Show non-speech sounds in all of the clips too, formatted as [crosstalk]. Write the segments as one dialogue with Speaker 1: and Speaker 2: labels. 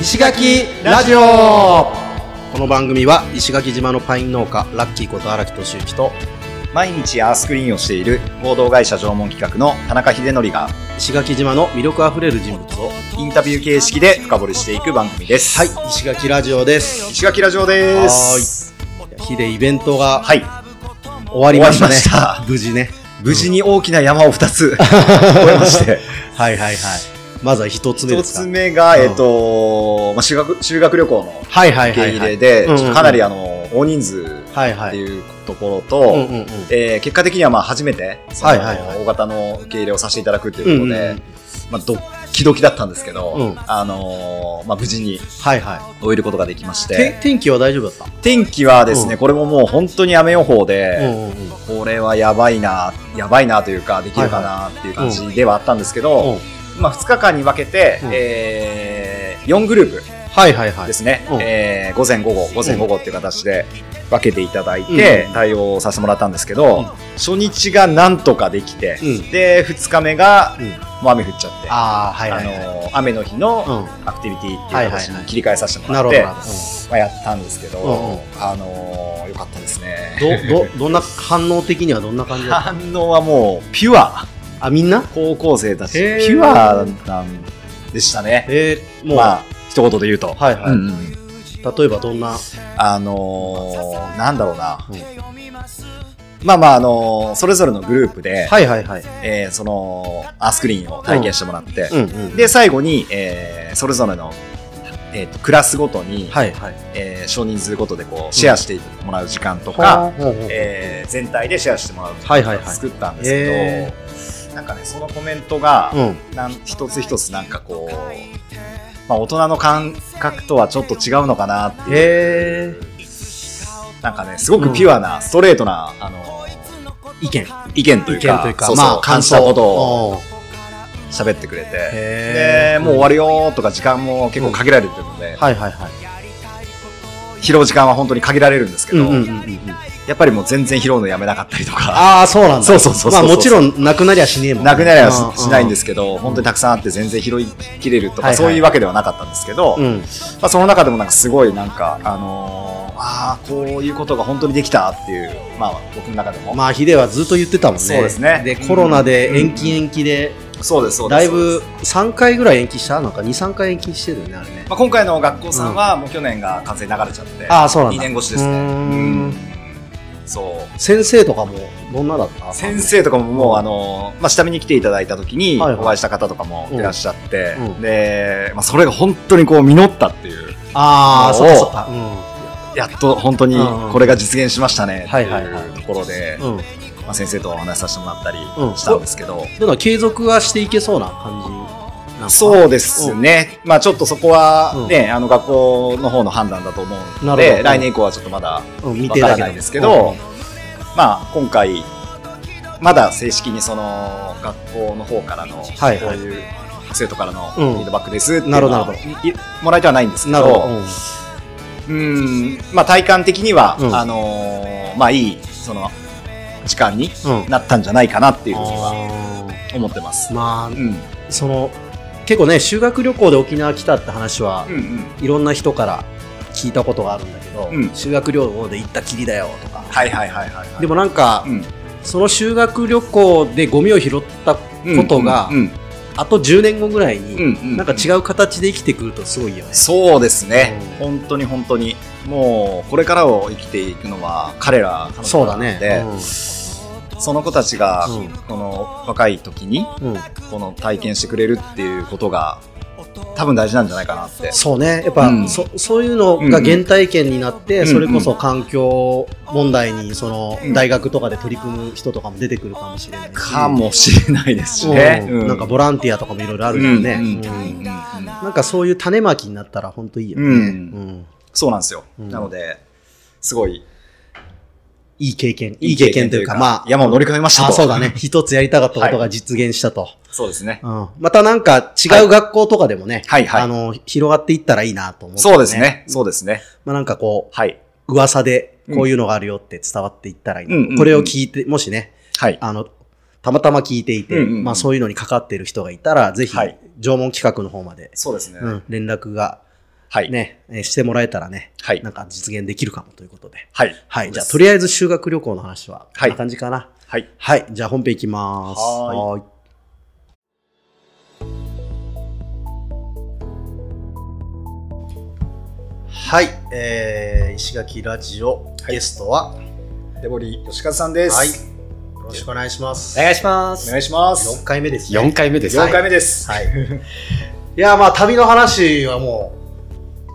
Speaker 1: 石垣ラジオ
Speaker 2: この番組は石垣島のパイン農家ラッキーこと荒木敏之と
Speaker 3: 毎日アースクリーンをしている合同会社縄文企画の田中秀則が
Speaker 2: 石垣島の魅力あふれる人物を
Speaker 3: インタビュー形式で深掘りしていく番組です。
Speaker 2: はい。石垣ラジオです
Speaker 3: 石垣ラジオです。
Speaker 2: 日でイベントが
Speaker 3: はい。
Speaker 2: 終わりましたね
Speaker 3: 終わりました
Speaker 2: 無事ね
Speaker 3: 無事に大きな山を2つ [laughs] 越えまして。
Speaker 2: はいはいはいまずは一つ目
Speaker 3: 1
Speaker 2: ですか
Speaker 3: つ目が、
Speaker 2: うん
Speaker 3: えっと、まあ、修学、修学旅行の
Speaker 2: はいはい
Speaker 3: 受
Speaker 2: は
Speaker 3: け
Speaker 2: い
Speaker 3: 入
Speaker 2: はい
Speaker 3: れで、
Speaker 2: はいはい
Speaker 3: ちょっとかなりあの、大人数
Speaker 2: はいは
Speaker 3: って
Speaker 2: い
Speaker 3: いうところ
Speaker 2: うん
Speaker 3: と
Speaker 2: う、んうん
Speaker 3: えー結果的にはまあ初めて、その
Speaker 2: はいはいはい
Speaker 3: 大型の受け入れをさせていただくということ
Speaker 2: うん
Speaker 3: で
Speaker 2: う、ん
Speaker 3: まあ、ドッキドキだったんですけど、
Speaker 2: うん
Speaker 3: あのーまあ、無事に
Speaker 2: はいは
Speaker 3: 終えることができまし
Speaker 2: いて
Speaker 3: て、
Speaker 2: 天気は大丈夫だっ
Speaker 3: 天気はですね、
Speaker 2: うん
Speaker 3: これももう本当に雨予報
Speaker 2: たう
Speaker 3: で、
Speaker 2: んうんうん
Speaker 3: これはやばいな、やばいなというか、できるかなっていう感じではあったんですけど、
Speaker 2: うん
Speaker 3: まあ、2日間に分けて、
Speaker 2: うん
Speaker 3: え4グループ
Speaker 2: はいはいはい
Speaker 3: ですね、
Speaker 2: うん
Speaker 3: えー午前午後、午前午後っていう形で分けていただいて
Speaker 2: うん、
Speaker 3: 対応させてもらったんですけど、
Speaker 2: うん
Speaker 3: 初日がなんとかできて、
Speaker 2: うん
Speaker 3: で、2日目が、
Speaker 2: うん
Speaker 3: もう雨降っちゃって、あ
Speaker 2: ああはいはいはい
Speaker 3: のー雨の日の、
Speaker 2: う
Speaker 3: アクティビティっていう形
Speaker 2: はいはいはい
Speaker 3: に切り替えさせて
Speaker 2: ん
Speaker 3: も
Speaker 2: な
Speaker 3: ら
Speaker 2: る
Speaker 3: っ
Speaker 2: ほどな
Speaker 3: て、
Speaker 2: るほど
Speaker 3: まあ、やったんですけど、
Speaker 2: うんうん
Speaker 3: あのー、よかったですね。
Speaker 2: ど、ど、どんな、反応的にはどんな感じだっ
Speaker 3: 反応はもう、ピュ
Speaker 2: [laughs]
Speaker 3: ア。
Speaker 2: たあ、みんな
Speaker 3: 高校生たち、ピ
Speaker 2: へー
Speaker 3: ュアなんでしたね。
Speaker 2: えー、もう、
Speaker 3: まあ、一言で言うと。
Speaker 2: はいはい
Speaker 3: うんうん
Speaker 2: 例えばどんな、
Speaker 3: あのー、なんだろうな。
Speaker 2: うん
Speaker 3: まあまあ、あのーそれぞれのグループで、
Speaker 2: はいはいはい。
Speaker 3: えーその、アースクリーンを体験してもらって、
Speaker 2: うんうん。
Speaker 3: で、最後に、えーそれぞれの、えーとクラスごとに、
Speaker 2: はいはい。
Speaker 3: えー少人数ごとでこうシェアしてもらう時間とか、えー全体でシェアしてもらうと
Speaker 2: はいはいはい
Speaker 3: 作ったんですけど、
Speaker 2: へ
Speaker 3: なんかねそのコメントが、
Speaker 2: うん。
Speaker 3: なん一つ一つなんかこう、まあ、大人の感覚とはちょっと違うのかなっていう、
Speaker 2: え
Speaker 3: なんかねすごくピュアな、ストレートなあの
Speaker 2: 意見。
Speaker 3: 意見とい
Speaker 2: 意見
Speaker 3: うか
Speaker 2: というか、
Speaker 3: そうそう
Speaker 2: まあ、
Speaker 3: 感じたことを
Speaker 2: を。
Speaker 3: 喋ってくれて。
Speaker 2: へ
Speaker 3: で
Speaker 2: ー
Speaker 3: もう終わるよーとか時間も結構限られてるので、
Speaker 2: はいはいはい。
Speaker 3: 拾う時間は本当に限られるんですけど、
Speaker 2: うん。
Speaker 3: やっぱりもう全然拾うのやめなかったりとか、
Speaker 2: ああ、そうなんだ。
Speaker 3: そうそうそう
Speaker 2: ま
Speaker 3: そう
Speaker 2: あもちろん、なくなりゃしねえもんね。
Speaker 3: なくなりはししないんですすけど、本当にたくさんあって全然拾いきれると
Speaker 2: はいは
Speaker 3: か、
Speaker 2: い
Speaker 3: そういうわけではなかったんですけど、
Speaker 2: う
Speaker 3: ま
Speaker 2: ん。
Speaker 3: あその中でもなんかすごいなんか、あのーああ、こういうことが本当にできたっていう、まあ僕の中でも。
Speaker 2: まあ、ヒデはずっと言ってたもんね。
Speaker 3: そうですね
Speaker 2: で、コロナで延期延期で、
Speaker 3: そうです、そうです。
Speaker 2: だいぶ
Speaker 3: そうです
Speaker 2: 3回ぐらい延期したなんか2、3回延期してるよね、あれね。
Speaker 3: まあ、今回の学校さんはもう去年が完全に流れちゃって、
Speaker 2: ああ、そうなん
Speaker 3: 2
Speaker 2: だ。
Speaker 3: 年越しです
Speaker 2: うー
Speaker 3: ね。
Speaker 2: ん
Speaker 3: うんそう。
Speaker 2: 先生とかもどんなだった
Speaker 3: 先生とかもも
Speaker 2: う
Speaker 3: う、
Speaker 2: ん
Speaker 3: あのーまあ、下見に来ていただいた時に
Speaker 2: はいはい
Speaker 3: お会いした方とかもいらっしゃって、
Speaker 2: うんうん
Speaker 3: で、まあ、それが本当にこう実ったっていう。
Speaker 2: ああ、
Speaker 3: を
Speaker 2: そうかそうか。う
Speaker 3: やっと本当にこれが実現しましたねって
Speaker 2: はいはいはい
Speaker 3: いうところで、
Speaker 2: ん。うん。
Speaker 3: まあ、先生とお話しさせてもらったり
Speaker 2: うん
Speaker 3: したんですけど、
Speaker 2: どうだ継続はしていけそうな感じなんか
Speaker 3: そうですね、まあ、ちょっとそこは、ねあの学校の方の判断だと思う
Speaker 2: な
Speaker 3: の
Speaker 2: るほど
Speaker 3: で、来年以降はちょっとまだ
Speaker 2: うん、見
Speaker 3: わ
Speaker 2: て
Speaker 3: か
Speaker 2: だ
Speaker 3: ら
Speaker 2: け
Speaker 3: ないですけど、まあ、今回、まだ正式にその学校の方からの、
Speaker 2: はい
Speaker 3: こういう生徒からのフ
Speaker 2: うん
Speaker 3: ィードバックですっていう
Speaker 2: なる
Speaker 3: の
Speaker 2: ほど
Speaker 3: は
Speaker 2: なる
Speaker 3: いもらえてはないんです
Speaker 2: うん
Speaker 3: け
Speaker 2: なるほど。う
Speaker 3: ど、
Speaker 2: ん
Speaker 3: うんまあ、体感的には、
Speaker 2: うん
Speaker 3: あのーまあ、いいその時間に
Speaker 2: うん。
Speaker 3: なったんじゃないかなっていうふうには
Speaker 2: あ
Speaker 3: 思ってます
Speaker 2: ー。ま
Speaker 3: う
Speaker 2: あ、
Speaker 3: ん、
Speaker 2: その、結構ね、修学旅行で沖縄来たって話は
Speaker 3: う、ん、うん。
Speaker 2: いろんな人から聞いたことがあるんだけど、
Speaker 3: うん
Speaker 2: 修学旅行で行ったきりだよとか。
Speaker 3: はいはいはいはい、はい。
Speaker 2: でもなんか、
Speaker 3: うん、
Speaker 2: その修学旅行でゴミを拾ったことが、
Speaker 3: うん、
Speaker 2: あと10年後ぐらい
Speaker 3: うん、う
Speaker 2: に、
Speaker 3: う
Speaker 2: なんか違う形で生きてくるとすごいよね。
Speaker 3: そうですね
Speaker 2: うん。
Speaker 3: 本当に本当に。もう、これからを生きていくのは彼ら、彼
Speaker 2: そう
Speaker 3: 女
Speaker 2: だ
Speaker 3: らな
Speaker 2: ね
Speaker 3: の。で、その子たちが
Speaker 2: う、ん
Speaker 3: この若い時に、
Speaker 2: うんうん
Speaker 3: この体験してくれるっていうことが、多分大事なんじゃないかなって。
Speaker 2: そうね、やっぱ、
Speaker 3: うん
Speaker 2: そそういうのが原体験になって、
Speaker 3: うん
Speaker 2: それこそ環境問題にその、
Speaker 3: うん
Speaker 2: 大学とかで取り組む人とかも出てくるかもしれないし
Speaker 3: かもしれないですしね。
Speaker 2: うんなんかボランティアとかもいろいろあ
Speaker 3: あ
Speaker 2: るよね、
Speaker 3: うん、
Speaker 2: う
Speaker 3: うんん、うん。うん
Speaker 2: なんかそういう種まきになったら本当いいよね、
Speaker 3: うん
Speaker 2: うん
Speaker 3: そうなんですよ。
Speaker 2: うん
Speaker 3: なので、すごい、
Speaker 2: いい経験いい経験というかまあ
Speaker 3: 山を乗り越えましたと。
Speaker 2: あそうだね。一つやりたかったことが実現したと、
Speaker 3: [laughs] そうですね。
Speaker 2: うん、またなんか違う学校とかでもね、
Speaker 3: はいはい
Speaker 2: あの広がっていったらいいなと思って、
Speaker 3: そうですね。そうですね。
Speaker 2: まあ、なんかこう
Speaker 3: はい。
Speaker 2: 噂でこういうのがあるよって伝わっていったらいいな、
Speaker 3: うんうんうん
Speaker 2: これを聞いて、もしね、
Speaker 3: はい。
Speaker 2: あの、たまたま聞いていて、
Speaker 3: うんうんうん
Speaker 2: まあそういうのにかかっている人がいたら、ぜひ、
Speaker 3: はい
Speaker 2: 縄文企画の方まで、
Speaker 3: そうですね。
Speaker 2: うん連絡が
Speaker 3: はい。
Speaker 2: ね、えーしてもらえたらね、
Speaker 3: はい
Speaker 2: なんか実現できるかもということで。
Speaker 3: はい。
Speaker 2: はい。じゃあ、とりあえず修学旅行の話は、こ
Speaker 3: はい
Speaker 2: んな感じかな。
Speaker 3: はい。
Speaker 2: はい。じゃあ、本編いきます。
Speaker 3: はー
Speaker 2: ー
Speaker 3: い
Speaker 2: い。はい、えー、石垣ラジオ、
Speaker 3: はい
Speaker 2: ゲストは、
Speaker 3: デボリー吉和さんです。
Speaker 2: はい。よろしくお願いします。
Speaker 1: お願いしま
Speaker 3: お
Speaker 1: す。
Speaker 3: 願いしま
Speaker 2: 4
Speaker 3: す。
Speaker 2: 回目ですね。
Speaker 1: 4回目です。
Speaker 3: 四回目です。
Speaker 2: はい。いや、まあ、旅の話はも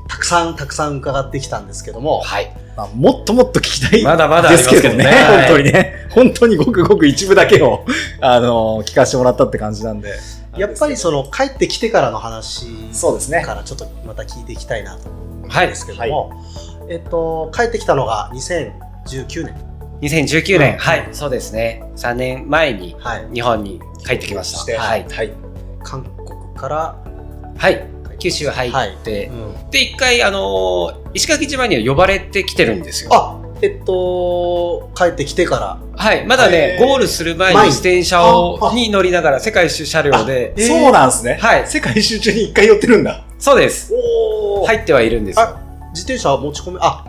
Speaker 2: う、たくさんたくさん伺ってきたんですけども、
Speaker 1: はい。
Speaker 3: まあもっともっと聞きたい。
Speaker 1: まだまだあ
Speaker 3: で
Speaker 1: ります
Speaker 3: け
Speaker 1: すけ
Speaker 3: ど
Speaker 1: ど
Speaker 3: ね、
Speaker 1: ね。
Speaker 3: 本当にね、本当にごくごく一部だけを、あの聞かせてもらったって感じなんで。
Speaker 2: やっぱり
Speaker 3: そ
Speaker 2: その、帰ってきてからの話
Speaker 3: そうですね。
Speaker 2: からちょっとまた聞いていきたいなと思うん
Speaker 1: はい。
Speaker 2: ですけども、えっと、帰ってきたのが2019年。
Speaker 1: 2019
Speaker 2: うん
Speaker 1: 年、はい。そうですね。3年前に
Speaker 2: はい。
Speaker 1: 日本に帰ってきまし
Speaker 3: して
Speaker 1: た。はい。
Speaker 3: はい。
Speaker 2: 韓国から、
Speaker 1: はい。九州入って、
Speaker 2: うん
Speaker 1: で、一回、あのー石垣島には呼ばれてきてるんですよ。
Speaker 2: あ、えっと、帰ってきてから、
Speaker 1: はい。まだね
Speaker 3: へ、ー
Speaker 1: ゴールする前に
Speaker 2: 前に
Speaker 1: 自転車を
Speaker 2: ああ
Speaker 1: に乗りながら世界一周車両で、
Speaker 2: えー
Speaker 3: そうなんですね。
Speaker 1: はい。
Speaker 3: 世界一周中に一回寄ってるんだ。
Speaker 1: そうです。
Speaker 2: おは
Speaker 1: 入
Speaker 2: い。
Speaker 1: ってはいるんですよ。
Speaker 2: 自転車は持ち込め、あ、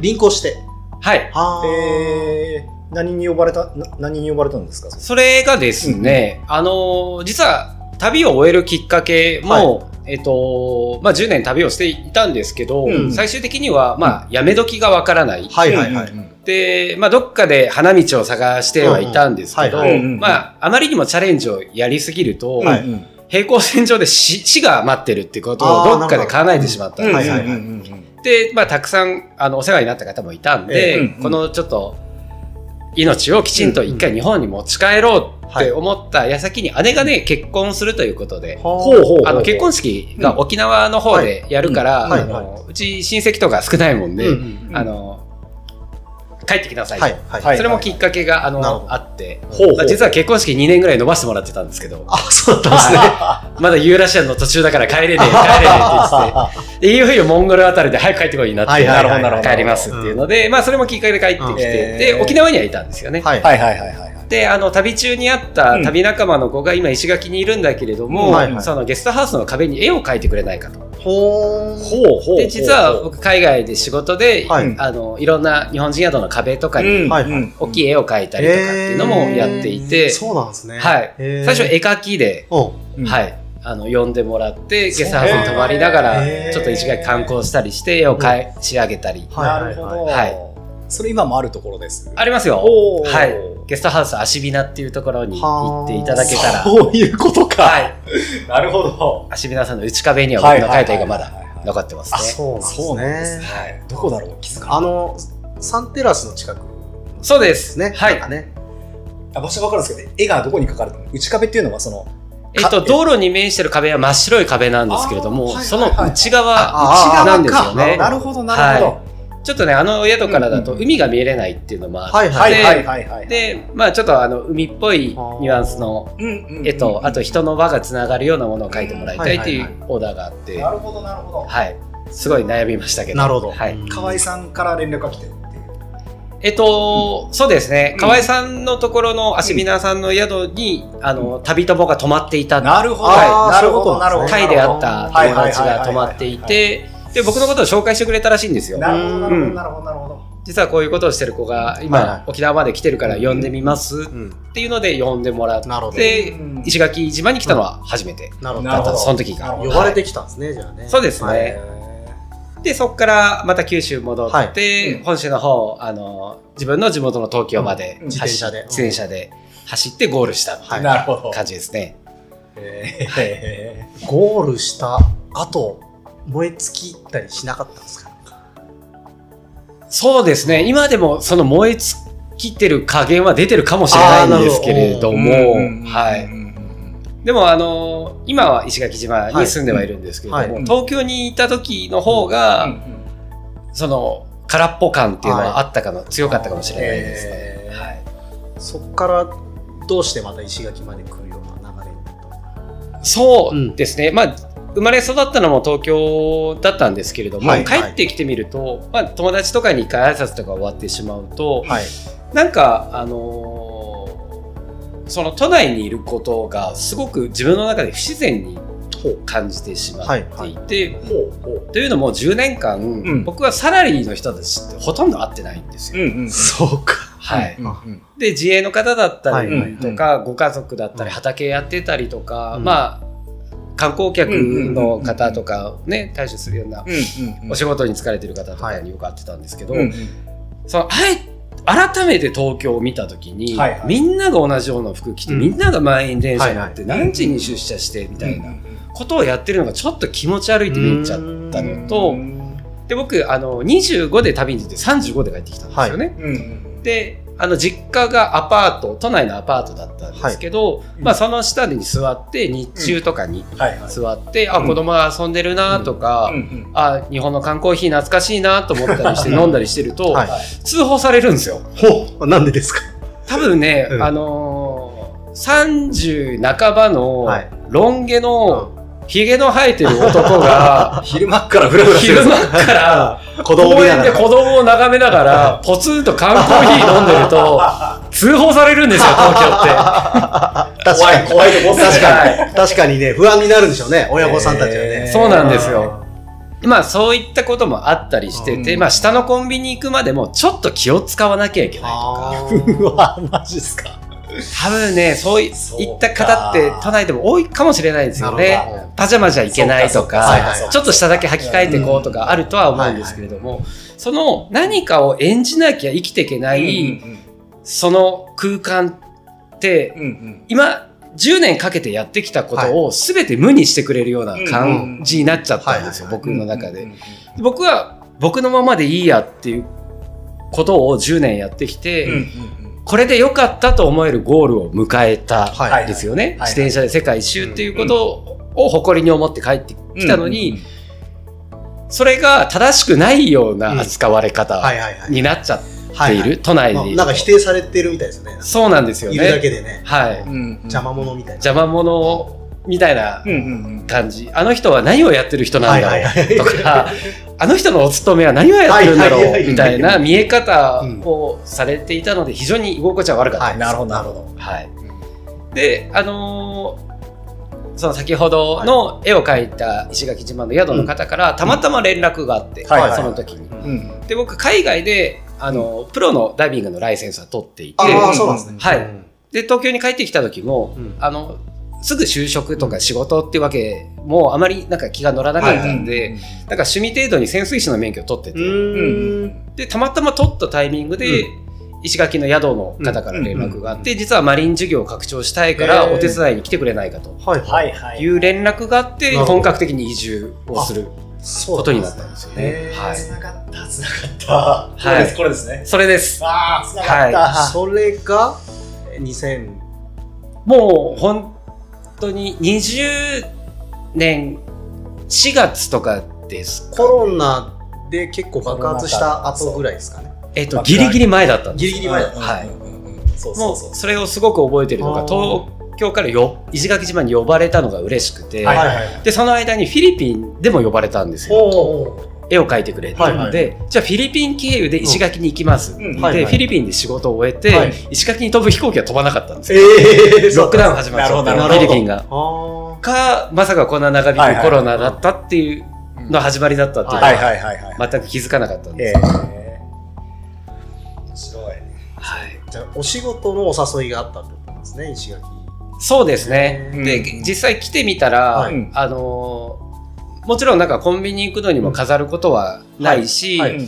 Speaker 2: 輪行して。
Speaker 1: はい。
Speaker 2: はー
Speaker 3: えー、何に呼ばれた、な何に呼ばれたんですか
Speaker 1: それがですね、あのー実は旅を終えるきっかけも、えっと、まあ、10年旅をしていたんですけど、
Speaker 3: うん
Speaker 1: 最終的には、まあ、やめ時がわからない。
Speaker 2: はいはいはい。
Speaker 3: うんうんうん
Speaker 1: で、まあ、どっかで花道を探してはいたんですけど、
Speaker 2: うんうんはい
Speaker 3: はい
Speaker 1: まあ、あまりにもチャレンジをやりすぎると、
Speaker 2: はい
Speaker 3: うんうん
Speaker 1: 平行線上で死死が待ってるってこと
Speaker 2: あー
Speaker 1: をどっかで考えてしまったんですよ
Speaker 2: はいはいはい
Speaker 3: うんうんうんうん
Speaker 1: で、まあ、たくさんあのお世話になった方もいたんで、
Speaker 3: ええうんうん
Speaker 1: このちょっと命をきちんと一回日本に持ち帰ろうって思った矢先に姉がね結婚するということで、
Speaker 3: ほうほうほう。
Speaker 1: あの結婚式が沖縄の方でやるから、
Speaker 2: はい
Speaker 1: あのうち親戚とか少ないもんで、
Speaker 2: うんうんうん
Speaker 1: あの帰ってきなさいと、
Speaker 2: はいはい。
Speaker 3: はい
Speaker 1: それもきっかけがあの
Speaker 2: なるほど
Speaker 1: あって
Speaker 3: ほうほう
Speaker 1: まあ実は結婚式2年ぐらい延ばしてもらってたんですけど
Speaker 2: あ、そうだったんですね。
Speaker 1: まだユーラシアの途中だから帰れ
Speaker 2: [laughs]
Speaker 1: ねえ帰れねえって言っててでいよいよモンゴルあたりで早く帰ってこいになって、
Speaker 2: はいはいはい
Speaker 1: なるほど帰りますっていうので、まあそれもきっかけで帰ってきて、
Speaker 2: うん
Speaker 1: で沖縄に [laughs] はいたんですよね、
Speaker 2: はい。
Speaker 3: はいはいはいはいはい。
Speaker 1: であの旅中にあった旅仲間の子が今石垣にいるんだけれども、
Speaker 2: うんはいはい
Speaker 1: そのゲストハウスの壁に絵を描いてくれないかと
Speaker 2: ほーん。
Speaker 3: うほうほ
Speaker 1: で実は僕海外で仕事で、
Speaker 2: はい
Speaker 1: い、あのいろんな日本人宿の壁とかに
Speaker 2: はいはい
Speaker 1: 大きい絵を描いたりとかっていうのもやっていて、
Speaker 2: へーそうなんですね。
Speaker 1: はい
Speaker 2: 最
Speaker 1: 最初絵描きで
Speaker 2: うん。
Speaker 3: うん
Speaker 1: はい、あの呼んでもらってゲストハウスに泊まりなが
Speaker 2: へー
Speaker 1: らちょっと石垣観光したりして絵をかえ仕上げたり、
Speaker 2: はいはいはい
Speaker 1: はい
Speaker 3: それ今もあるところです。
Speaker 1: ありますよ
Speaker 3: おー
Speaker 1: はいゲストハウス足びなっていうところに行っていただけたら
Speaker 3: そういうことか。
Speaker 1: はい
Speaker 3: なるほど。
Speaker 1: 足びなさんの内壁には僕の描いた絵がまだ残ってますね、
Speaker 2: そう
Speaker 3: そう
Speaker 2: なん
Speaker 3: なん
Speaker 2: で
Speaker 3: ですす
Speaker 2: ね。
Speaker 3: ね。はい。どこだろう気づかな
Speaker 2: あの、サンテラスの近くで
Speaker 1: そうです
Speaker 2: すね。
Speaker 1: は
Speaker 2: なん
Speaker 1: い
Speaker 2: かね。
Speaker 3: いあ場所わかるんですけど、絵がどこに描かれてるの内壁っていうのはその、
Speaker 1: えっと、道路に面してる壁は真っ白い壁なんですけれども、
Speaker 3: あーはい
Speaker 1: その内側
Speaker 2: あー
Speaker 1: なんですよ
Speaker 2: 内
Speaker 1: ね
Speaker 2: 側か
Speaker 3: なるほどなるほど。
Speaker 1: ちょっとねあの宿からだと
Speaker 3: うんうん
Speaker 1: 海が見えれないっていうのもあって、
Speaker 2: はい
Speaker 3: は
Speaker 2: はいい。
Speaker 3: はいはいはい。
Speaker 1: でまあちょっとあの海っぽいニュアンスの
Speaker 3: うんうんうん
Speaker 1: 絵と、あと人の輪がつながるようなものを描いてもらいたいってい
Speaker 2: はいは
Speaker 1: うオーダーがあって、
Speaker 3: な
Speaker 1: は
Speaker 3: るほどなるほど。
Speaker 1: い。すごい悩みましたけど。
Speaker 2: なるほど。
Speaker 1: はい。
Speaker 3: 河合さんから連絡が来てるっていう。
Speaker 1: えっと、そうですね
Speaker 3: う。ん
Speaker 1: 河合さんのところの、アシビナさんの宿に、あの、旅友が泊まっていた、
Speaker 3: なるほど。
Speaker 2: はい
Speaker 3: なるほどなるほど。
Speaker 1: タイであった
Speaker 3: はい
Speaker 1: 友達が泊まっていて、で、僕のことを紹介してくれたらしいんですよ。
Speaker 3: なるほどなるほ
Speaker 1: う
Speaker 3: ど
Speaker 1: ん
Speaker 3: なるほどなるほど。
Speaker 1: 実はこういうことをしてる子が、
Speaker 2: はいはい
Speaker 1: 今、沖縄まで来てるから呼んでみます
Speaker 2: うん。
Speaker 1: っていうので呼んでもらっ
Speaker 2: なるほど。
Speaker 1: て
Speaker 3: うん、
Speaker 1: 石垣島に来たのは初めて
Speaker 2: なるほ
Speaker 3: な
Speaker 1: だ
Speaker 3: る
Speaker 1: っ
Speaker 3: ほ
Speaker 1: た
Speaker 3: ど
Speaker 1: んです、その時が。
Speaker 2: ど。呼ばれてきたんですね、じゃあね。
Speaker 1: そうですね
Speaker 2: はい
Speaker 1: でそこからまた九州戻って、
Speaker 2: は
Speaker 3: うん
Speaker 1: 本州の方あの自分の地元の東京まで
Speaker 3: うん
Speaker 1: 走
Speaker 2: 自転車で
Speaker 1: 自転車で走ってゴールしたって
Speaker 2: はいいう
Speaker 3: なるほど。
Speaker 1: 感じですね。
Speaker 3: えー
Speaker 2: ゴールした後、燃え尽きたりしなかったんですか
Speaker 1: そうですね今でもその燃え尽きてる加減は出てるかもしれないんですけれどもは
Speaker 3: うん
Speaker 1: い、
Speaker 3: うんうん
Speaker 1: でもあの今は石垣島に住んではいるんですけれども、
Speaker 2: はいうん
Speaker 3: はい
Speaker 1: 東京にいた時の方
Speaker 3: う
Speaker 1: が、
Speaker 3: んうん
Speaker 1: その空っぽ感っていうのはあったかの、強かったかもしれないですね。
Speaker 3: えー
Speaker 1: はい
Speaker 2: そっから、どうしてまた石垣まで来るような流れになったの
Speaker 1: そうですね、まあ生まれ育ったのも東京だったんですけれども、
Speaker 2: はい
Speaker 1: 帰ってきてみると、まあ、友達とかに一回挨拶とか終わってしまうと、
Speaker 2: はい。
Speaker 1: なんかあのーその都内にいることがすごく自分の中で不自然に感じてしまっていて、
Speaker 2: ほうほう。
Speaker 1: というのも10年間、
Speaker 3: ん
Speaker 1: 僕はサラリーの人たちってほとんど会ってないんですよ。
Speaker 3: うんうん。
Speaker 2: そうか。
Speaker 1: はい、
Speaker 3: うんうん
Speaker 1: で自営の方だった
Speaker 2: はいはい
Speaker 1: り
Speaker 3: はい
Speaker 1: とか、ご家族だったり
Speaker 2: うん
Speaker 1: 畑やってたりとか、
Speaker 2: うん
Speaker 1: まあ観光客の方とかをね対処するような
Speaker 3: うんうん。
Speaker 1: お仕事に疲れてる方とか
Speaker 2: は
Speaker 1: によく会ってたんですけど、
Speaker 3: うんうん
Speaker 1: そのあえ改めて東京を見た時に、
Speaker 3: はいはい
Speaker 1: みんなが同じような服着て、
Speaker 2: うん
Speaker 1: みんなが満員電車に乗って、
Speaker 2: は
Speaker 1: 何時に出社してみたいな
Speaker 3: うんうん
Speaker 1: ことをやってるのがちょっと気持ち悪いって見えちゃっ
Speaker 2: った
Speaker 1: のとで僕あの25で旅に出て35で帰ってきたんですよね。
Speaker 3: うんうん
Speaker 1: であの実家がアパート都内のアパートだったんですけど、
Speaker 3: い
Speaker 1: まあ、その下に座って日中とかに
Speaker 3: はいはい。
Speaker 1: 座って、あ
Speaker 3: うん
Speaker 1: 子供が遊んでるなとか、
Speaker 3: うんうん
Speaker 1: あ日本の缶コーヒー懐かしいなと思っ
Speaker 3: [laughs]
Speaker 1: たりして飲んだりしてると、
Speaker 2: はい
Speaker 1: 通報されるんですよ。
Speaker 2: ほう、なんでですか。
Speaker 1: 多分ね、
Speaker 2: うん
Speaker 1: あのー、30半ばの
Speaker 2: はい
Speaker 1: ロン毛のひげの生えてる男
Speaker 3: [laughs]
Speaker 1: が
Speaker 3: 昼間っからフラフラしてる
Speaker 1: 昼。間から
Speaker 2: 子供
Speaker 1: 公
Speaker 2: 見な
Speaker 1: 園
Speaker 2: が
Speaker 1: で
Speaker 2: ら。
Speaker 1: 子供を眺めながらポツンと缶コーヒー飲んでると通報されるんですよ東京って。
Speaker 2: 確
Speaker 3: 怖
Speaker 2: か
Speaker 3: い
Speaker 2: に。
Speaker 3: 怖いと思ってた
Speaker 2: 確
Speaker 3: じゃない
Speaker 2: かに。確かにね、不安になるんでしょうね、親御さんたちはね。
Speaker 1: そうなんですよ。まあそういったこともあったりしてて、
Speaker 3: うん
Speaker 1: まあ下のコンビニ行くまでもちょっと気を使わなきゃいけないとか、 [laughs]
Speaker 2: あ
Speaker 3: [laughs] う
Speaker 2: ー
Speaker 3: わ、マジっすか。
Speaker 1: 多分ね、そうい
Speaker 3: そう
Speaker 1: った方って都内でも多いかもしれないですよ
Speaker 2: なる
Speaker 1: ね。
Speaker 2: ほど
Speaker 1: パジャマじゃいけないとか、
Speaker 2: はいはい
Speaker 1: ちょっと下だけ履き替えてこうとかあるとは思うんですけれども、その何かを演じなきゃ生きていけな、
Speaker 3: はい
Speaker 1: その空間って、
Speaker 3: うん
Speaker 1: 今、10年かけてやってきたことを全て無にしてくれるような感じになっちゃったんですよ、
Speaker 2: うんうん
Speaker 1: 僕の中
Speaker 3: う
Speaker 1: で
Speaker 3: ん。
Speaker 1: 僕は僕のままでいいやっていうことを10年やってきて、
Speaker 3: うんうん
Speaker 1: これで良かったと思えるゴールを迎えた
Speaker 2: はい
Speaker 1: んですよ
Speaker 3: い
Speaker 1: ね。
Speaker 3: はい
Speaker 1: 自転車で世界一周っていうことを誇りに思って帰ってきたのに、
Speaker 3: うんうん
Speaker 1: それが正しくないような扱われ
Speaker 2: は
Speaker 1: 方
Speaker 2: いはいはい。
Speaker 1: になっちゃっている、
Speaker 2: はいはい
Speaker 1: 都内
Speaker 2: まあ
Speaker 1: で、
Speaker 2: なんか否定されてるみたいですね。
Speaker 1: そうなんですよ
Speaker 2: いるだ
Speaker 1: ね。
Speaker 2: けでね。
Speaker 1: はい。
Speaker 3: うんうん
Speaker 2: 邪魔者みたいな。
Speaker 1: 邪魔者みたいな
Speaker 3: うんうんうん
Speaker 1: 感じ、あの人は何をやってる人な
Speaker 2: は
Speaker 1: ん
Speaker 2: いは
Speaker 1: だ
Speaker 2: い
Speaker 1: ろう
Speaker 2: はい。
Speaker 1: とか、あの人のお勤めは何をやってるんだ
Speaker 2: はいはい
Speaker 1: ろ
Speaker 2: はいは
Speaker 1: う
Speaker 2: い
Speaker 1: みたいな見え方をされていたので、非常に居心地は悪かっ
Speaker 2: [laughs]
Speaker 1: た
Speaker 2: はい
Speaker 3: なるほどなるほ
Speaker 1: ど。はい、で、あのーその先ほどの絵を描いた石垣島の宿の方からたまたま連絡があって、
Speaker 3: はい
Speaker 2: はい
Speaker 1: その時に。
Speaker 2: うん
Speaker 3: うん
Speaker 1: で僕海外であのプロのダイビングのライセンスは取っていて
Speaker 2: ああ、そうなんですね。
Speaker 1: はい
Speaker 2: うん。
Speaker 1: で東京に帰ってきた時も
Speaker 2: うん
Speaker 1: あのすぐ就職とか仕事ってわけもあまりなんか気が乗らなかったんで、
Speaker 3: うん
Speaker 1: なんか趣味程度に潜水士の免許を取ってて、
Speaker 3: うんうん
Speaker 2: う
Speaker 1: でたまたま取ったタイミングで、
Speaker 2: う
Speaker 1: 石垣の宿の方から連絡があって、実はマリン事業を拡張したいか
Speaker 2: へ
Speaker 1: ら
Speaker 2: ー
Speaker 1: お手伝いに来てくれないかと
Speaker 2: はい。
Speaker 3: はいいはいい。
Speaker 1: う連絡があって
Speaker 2: なるほど
Speaker 1: 本格的に移住をする
Speaker 2: そ
Speaker 1: ことになったんですよね。
Speaker 2: へー
Speaker 1: はい、
Speaker 3: つながった、つながった。こ
Speaker 1: はい
Speaker 3: れです、これですね。
Speaker 1: それです
Speaker 3: ああ、つながった。
Speaker 2: それが、2000、
Speaker 1: もう本当に20年4月とかです
Speaker 2: コロナで結構爆発した後ぐらいですかね。
Speaker 1: えっとギリギリ前だったんです
Speaker 2: ギリギリ前だった。
Speaker 1: は
Speaker 3: う
Speaker 1: い
Speaker 3: んうんうん。そう
Speaker 1: も
Speaker 3: そううそう。
Speaker 1: それをすごく覚えてるのが
Speaker 2: あ
Speaker 1: 東
Speaker 2: ー
Speaker 1: 京からよ石垣島に呼ばれたのが嬉しくて、
Speaker 3: はい
Speaker 2: い。
Speaker 1: でその間にフィリピンでも呼ばれたんですよ
Speaker 2: おー
Speaker 1: 絵を描いてくれっていうので、
Speaker 2: は
Speaker 1: じゃあフィリピン経由で石垣に行きます、
Speaker 3: うんうん
Speaker 1: で、
Speaker 2: はいはい
Speaker 1: フィリピンで仕事を終えて、
Speaker 2: はい
Speaker 1: 石垣に飛ぶ飛行機は飛ばなかったんですよ、
Speaker 2: ええ
Speaker 1: ロックダウン始まっちゃって
Speaker 3: なる
Speaker 1: フ
Speaker 3: ほど
Speaker 1: ィリピンが。
Speaker 2: あ
Speaker 1: かまさかこんな長
Speaker 3: は
Speaker 1: 引
Speaker 3: いは
Speaker 1: く
Speaker 3: い
Speaker 1: コロナだったっていうの始まりだったっていうの
Speaker 3: はい
Speaker 1: は
Speaker 3: はいはいはい。
Speaker 1: 全く気づかなかったんです
Speaker 3: え
Speaker 1: よ、
Speaker 3: え。面白い。
Speaker 1: はい、
Speaker 2: あ。じゃあ、お仕事のお誘いがあったってことなんですね、石垣。
Speaker 1: そうですね、
Speaker 2: うん
Speaker 1: で実際来てみたら、
Speaker 2: はい
Speaker 1: あのーもちろんなんかコンビニ行くのにも飾ることはないし、
Speaker 2: はいは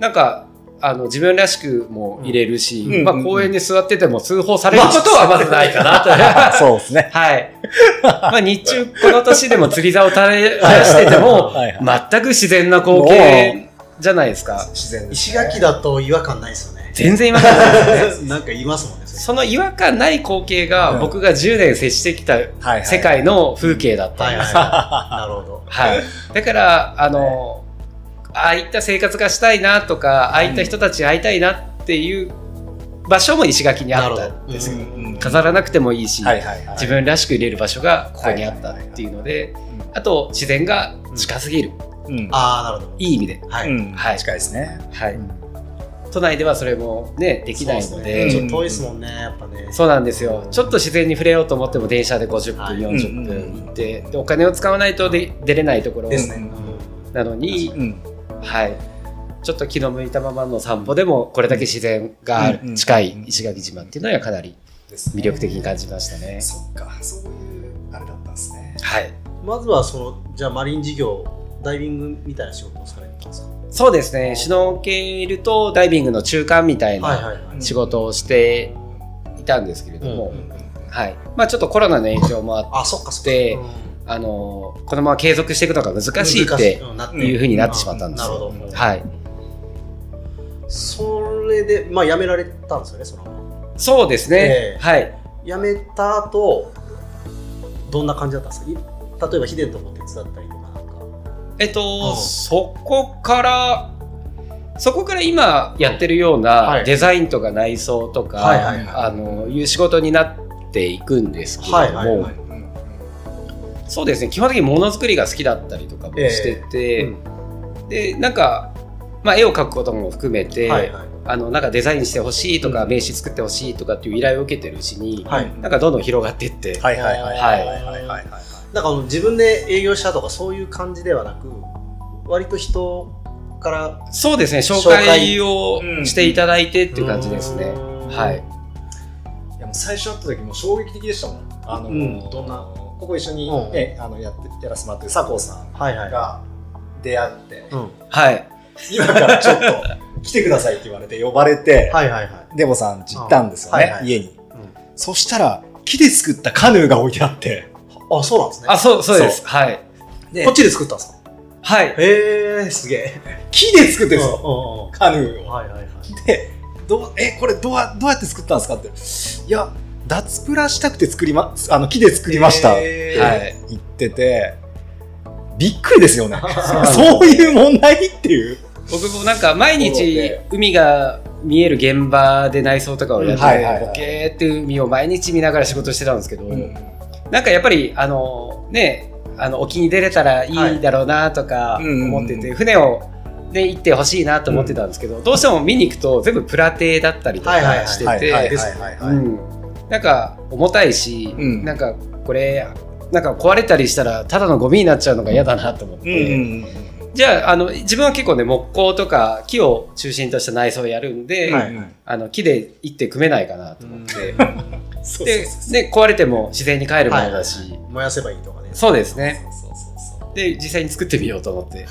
Speaker 1: なんかあの自分らしくも入れるし、
Speaker 3: うん
Speaker 1: まあ、公園に座ってても通報されることはまずない [laughs] かなと。
Speaker 3: そうですね。
Speaker 1: はい。まあ日中、この年でも釣り竿垂れ垂らしてても、
Speaker 3: はいはい
Speaker 1: 全く自然な光景じゃないですか。
Speaker 3: 自然です
Speaker 2: 石
Speaker 3: ね
Speaker 2: 垣だと違和感ないですよね。
Speaker 1: 全然違和
Speaker 2: [laughs]
Speaker 1: 感ないです [laughs] ね。
Speaker 2: なんか言いますもんね。そ
Speaker 1: その違和感ない光景
Speaker 3: う
Speaker 1: が
Speaker 3: ん
Speaker 1: 僕が10年接してきた
Speaker 3: はいはい
Speaker 1: 世界の風景だっ
Speaker 2: れは
Speaker 1: た
Speaker 2: い
Speaker 1: んで
Speaker 2: は
Speaker 1: す
Speaker 2: い
Speaker 1: よ。
Speaker 3: [laughs]
Speaker 2: はい。なるほど。
Speaker 1: はい。だから、あの、ああいった生活がしたいなとか、ああいった人たちに会いたいなっていう場所も石垣にあったんですよ。
Speaker 3: うんうん
Speaker 1: 飾らなくてもいいし、
Speaker 3: はいはいはい。
Speaker 1: 自分らしく入れる場所がここにあったっていうので、あと自然が近すぎる、
Speaker 3: うん。
Speaker 2: ああ、なるほど。
Speaker 1: いい意味で、
Speaker 2: は
Speaker 3: う
Speaker 2: い。
Speaker 3: ん
Speaker 1: はい
Speaker 3: 近いですね。
Speaker 1: はい、都内ではそれもねできないので
Speaker 2: ち
Speaker 1: そ
Speaker 2: ょ
Speaker 1: う,、
Speaker 2: っと遠いですもんね、やっぱね。
Speaker 1: なんですよちょっと自然に触れようと思っても電車で50分、
Speaker 2: はい
Speaker 1: 40分行って、でお金を使わないとで出れないところ
Speaker 2: ですね。
Speaker 1: なのに、
Speaker 3: うん
Speaker 1: はい、ちょっと気の向いたままの散歩でもこれだけ自然が
Speaker 3: うん
Speaker 1: 近
Speaker 3: う
Speaker 1: い
Speaker 3: ん
Speaker 1: 石垣島っていうのはかなり
Speaker 3: ですね
Speaker 1: 魅力的に感じましたね。
Speaker 3: そっかそういうあれだったんですね
Speaker 1: はい
Speaker 2: まずはその、じゃあマリン事業、ダイビングみたいな仕事をされてたんですか
Speaker 1: そうですね、シュノーケルとダイビングの中間みた
Speaker 2: は
Speaker 1: い
Speaker 2: い
Speaker 1: な
Speaker 2: はいはい。
Speaker 1: 仕事をしていたんですけれども、
Speaker 2: うんうん
Speaker 1: はいまあ、ちょっとコロナの影響もあって、
Speaker 2: あ、そっかそっか。
Speaker 1: で
Speaker 2: うん
Speaker 1: あのこのまま継続していくのが難しいっ
Speaker 2: 難
Speaker 1: て
Speaker 2: うんなって
Speaker 1: いうふうになってしまったんです
Speaker 2: なる
Speaker 1: よ。
Speaker 2: ほど。
Speaker 1: はい、
Speaker 2: それで、まあ辞められたんですよね、そのまま。
Speaker 1: そうです
Speaker 2: ええ
Speaker 1: ね、はい、
Speaker 2: 辞めた後、どんな感じだったんですかい例えばヒデのとこ手伝ったりとかなんか。
Speaker 1: えっと、
Speaker 2: うん
Speaker 1: そこからそこから今やってるよう
Speaker 2: は
Speaker 1: ないデザインとか内装とか、
Speaker 2: はいはい
Speaker 1: あのいう仕事になっていくんですけれども、
Speaker 2: はいはいはい
Speaker 1: そうですね基本的にものづくりが好きだったりとかもしてて、でなんか、まあ、絵を描くことも含めて、
Speaker 2: はいはい。
Speaker 1: あのなんかデザインしてほしいとか、
Speaker 2: うん
Speaker 1: 名刺作ってほしいとかっていう依頼を受けてるうちに、
Speaker 2: はい
Speaker 1: なんかどんどん広がっていって、
Speaker 3: はいはいはい
Speaker 1: は
Speaker 3: は
Speaker 1: い
Speaker 3: いはいはい
Speaker 2: なんかあの自分で営業したとかそういう感じではなく、割と人から
Speaker 1: そうですね紹
Speaker 2: 紹
Speaker 1: 介
Speaker 2: 介
Speaker 1: をしていただいてっていう感じですね。
Speaker 2: うん
Speaker 1: はい
Speaker 3: いやもう最初会った時も衝撃的でしたもん。あの、
Speaker 2: うん
Speaker 3: どんなここ一緒に、ねあのやってやらせてもらってる佐藤さん
Speaker 2: はいはい。
Speaker 3: が出会って、
Speaker 2: うん
Speaker 1: はい、
Speaker 3: 今からちょっと来てくださいって言われて呼ばれて、
Speaker 2: はいはいはい。
Speaker 3: デボさんち行ったんですよね、
Speaker 2: うんはいはい
Speaker 3: 家に、
Speaker 2: ん
Speaker 3: そしたら木で作ったカヌーが置いてあって、
Speaker 2: あ、そうなんですね。
Speaker 1: あそうそうですはい
Speaker 3: で
Speaker 2: こっちで作ったんですか
Speaker 1: はい。
Speaker 2: へえ、すげえ。
Speaker 3: 木で作ってるんですよ、
Speaker 2: は
Speaker 3: カヌー
Speaker 2: い
Speaker 3: を。
Speaker 2: はいはい。
Speaker 3: でどうえこれどうやどうやって作ったんですかっていや脱プラしたくて作りまあの木で作りました、
Speaker 2: へー
Speaker 3: はい言っててびっくりですよ
Speaker 1: [laughs]
Speaker 3: ね
Speaker 2: [laughs]
Speaker 3: そういう問題っていう
Speaker 1: 僕もなんか毎
Speaker 3: そう
Speaker 1: 日
Speaker 3: ね
Speaker 1: 海が見える現場で内装とかをやって、
Speaker 3: うんはいはいはい
Speaker 1: ボケーって海を毎日見ながら仕事してたんですけど、
Speaker 3: うん
Speaker 1: なんかやっぱりあのねあの沖に出れたらいいだろうなとか
Speaker 3: はいうん
Speaker 1: 思ってて、
Speaker 3: うん
Speaker 1: 船をね行ってほしいなと思ってたんですけど、どうしても見に行くと全部プラテだったりと
Speaker 2: はいはいは
Speaker 1: か
Speaker 2: い
Speaker 1: して
Speaker 3: はいはいはい
Speaker 1: て
Speaker 3: はいは
Speaker 1: う
Speaker 3: い
Speaker 1: んなんか重たいし、
Speaker 3: うん
Speaker 1: なんかこれなんか壊れたりしたらただのゴミになっちゃうのが嫌だなと思って。
Speaker 3: うん
Speaker 1: じゃあ、あの、自分は結構ね、木工とか木を中心とした内装をやるんで、
Speaker 3: はい
Speaker 1: あの、木で一手組めないかなと思って。
Speaker 3: そうそう
Speaker 1: で、ね、壊れても自然に帰るものだし、
Speaker 2: 燃やせばいいとかね。
Speaker 1: そうですね。
Speaker 3: そうそうそう
Speaker 1: で、実際に作ってみようと思って、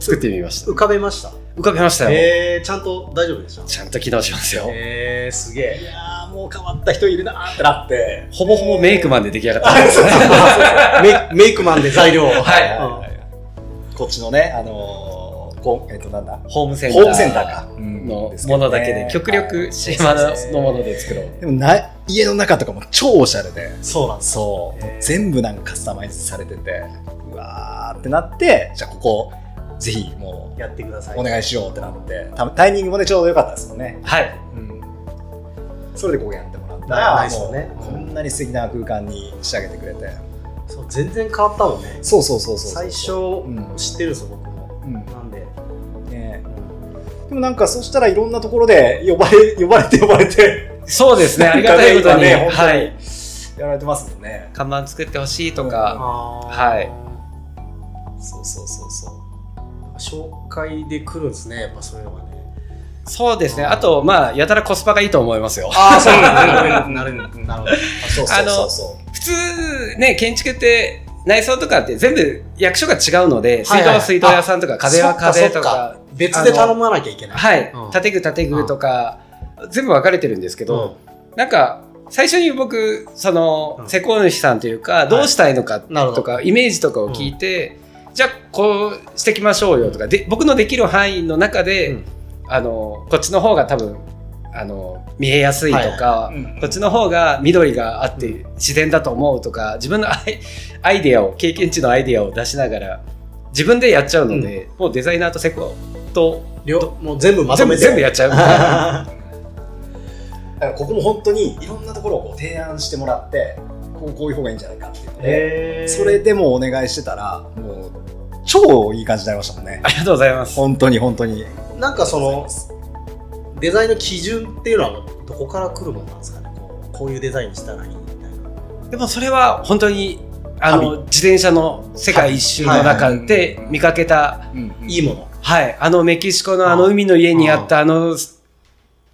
Speaker 1: 作ってみました。
Speaker 2: 浮かべました。
Speaker 1: 浮かびましたよ。
Speaker 2: へえ、ちゃんと大丈夫でした。
Speaker 1: ちゃんと機能しますよ。
Speaker 2: へえ、すげ
Speaker 3: い
Speaker 2: え。
Speaker 3: やーもう変わった人いるなーってなって
Speaker 1: ほぼほぼメイクマンで出来上がったんですね。
Speaker 2: メメイクマンで材料を。
Speaker 1: はい
Speaker 2: うん
Speaker 3: こっちのねあのーこうえっとなんだ
Speaker 1: ホームセンター。
Speaker 3: ホームセンターか
Speaker 1: の
Speaker 3: す
Speaker 1: もの
Speaker 3: どね
Speaker 1: だけで、極
Speaker 3: はい
Speaker 1: 力島ののもので作ろう。
Speaker 3: でもな家の中とかも超おしゃれで
Speaker 2: そうなんです。
Speaker 3: そう、
Speaker 2: へー
Speaker 3: 全部なんかカスタマイズされててうわーってなってじゃあここぜひもう
Speaker 2: やってください。
Speaker 3: お願いしようってなってたタイミングもねちょうど良かったですもんね、
Speaker 1: はい。
Speaker 3: うん、それでここやってもらった
Speaker 2: な
Speaker 3: ら
Speaker 2: いですよね
Speaker 3: もうこんなに素敵な空間に仕上げてくれて
Speaker 2: そう全然変わったもんね。
Speaker 3: そうそうそうそう
Speaker 2: 最初
Speaker 3: ん
Speaker 2: 知ってるんですよ、僕も。
Speaker 3: うん
Speaker 2: なんで。
Speaker 3: ねでもなんかそしたらいろんなところで呼ばれ呼ばれて呼ばれて
Speaker 1: そうです
Speaker 3: [laughs]
Speaker 1: ね、ありがたいことに。
Speaker 3: なんかね今ね本当に
Speaker 1: はい。
Speaker 3: やられてますもんね
Speaker 1: 看板作ってほしいとか、
Speaker 2: は
Speaker 1: はい
Speaker 3: そうそうそうそう
Speaker 2: 紹介で来るんですね、やっぱそういうのがね。
Speaker 1: そうですね。あと、まあ、やたらコスパがいいと思いますよ。
Speaker 2: ああ、そう
Speaker 3: [laughs]
Speaker 2: なんなるなるなるほど。
Speaker 3: あそうそうそうそう
Speaker 1: 普通、ね、建築って、内装とかって全部役所が違うので、
Speaker 2: はいは
Speaker 1: 水
Speaker 2: い
Speaker 1: 道は水道屋さんとか、壁は壁とか、
Speaker 2: 別で頼まなきゃいけない。
Speaker 1: はい
Speaker 2: うん、
Speaker 1: 建具建具とか、全部分かれてるんです
Speaker 2: う
Speaker 1: け
Speaker 2: ん
Speaker 1: ど、なんか、最初に僕、その
Speaker 2: う、ん
Speaker 1: 施工主さんというか、どうしたいのか
Speaker 2: なるほ
Speaker 1: と
Speaker 2: ど。
Speaker 1: か、イメージとかを聞いて、じゃあ、こうしてきましょうよとか、で僕のできる範囲の中
Speaker 2: う
Speaker 1: で
Speaker 2: ん、
Speaker 1: あの、こっちの方が多分、あの、見えやすいとか、こっち
Speaker 3: の
Speaker 1: の方が緑があって自然だと思うとか自分のア [laughs] イアイデアを経験値のアイデアを出しながら自分でやっちゃうので、もうデザイナーと施工と
Speaker 2: 両もう全部まと
Speaker 1: 全
Speaker 2: め
Speaker 1: 部
Speaker 2: て。
Speaker 1: 全部やっちゃ
Speaker 2: [laughs]
Speaker 1: う
Speaker 3: ここも本当にいろんなところをこう提案してもらってこうこういう方がいいんじゃないかっていうので、
Speaker 2: へー
Speaker 3: それでもうお願いしてたらもう超いい感じになりましたもんね
Speaker 1: ありがとうございます
Speaker 3: 本当に本当に
Speaker 2: なんかそのデザインの基準っていうのはどこから来るものなんですかねこうこういうデザインにしたらいいみたいな
Speaker 1: でもそれは本当にあの自転車の世界一周の中で見かけた、
Speaker 3: うんうん
Speaker 2: いいもの
Speaker 1: はい、あのメキシコのあの海の家にあったあの、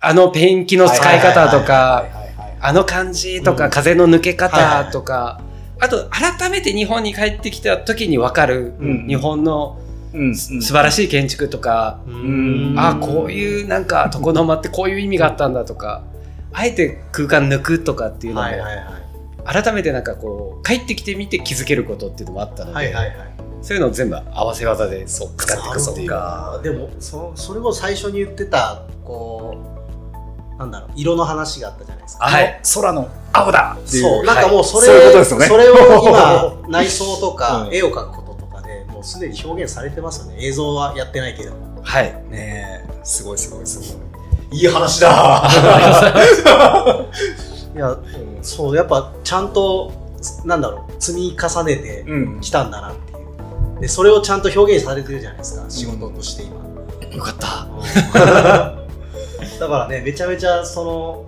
Speaker 1: あのペンキの使い方と
Speaker 3: はい
Speaker 1: か、
Speaker 3: はいはいはい
Speaker 1: あの感じと
Speaker 2: う
Speaker 1: か、
Speaker 2: ん
Speaker 1: 風の抜け方とか、あと改めて日本に帰ってきた時に分かる
Speaker 3: うん
Speaker 1: 日本の
Speaker 3: うん
Speaker 1: 素晴らしい建築とか、
Speaker 2: う
Speaker 3: うん
Speaker 1: ああこういうなんか床の間ってこういう意味があったんだとかあえて空間抜くとかっていうのも
Speaker 2: はいはいはい
Speaker 1: 改めてなんかこう帰ってきてみて気づけることっていうのもあったので、
Speaker 2: はいはいはい
Speaker 1: そういうのを全部合わせ技でそう使っていくっていうか
Speaker 2: なるほどでもそそれを最初に言ってたこうなんだろう色の話があったじゃないですか
Speaker 1: あはい
Speaker 3: 空の青だっていう
Speaker 2: そうなんかもうそれ、
Speaker 3: はいそういうことですよね
Speaker 2: それを
Speaker 3: [laughs]
Speaker 2: 今内装とか
Speaker 3: うん
Speaker 2: 絵を描くこととかでもうすでに表現されてますよね映像はやってないけど
Speaker 1: はい
Speaker 3: ねえすごいすごいすごいいい話だ
Speaker 2: いやそうやっぱちゃんとなんだろう積み重ねて
Speaker 3: うん
Speaker 2: きたんだなっていうでそれをちゃんと表現されてるじゃないですか仕事として
Speaker 3: [laughs]
Speaker 2: 今、
Speaker 1: よかった
Speaker 2: だからねめちゃめちゃその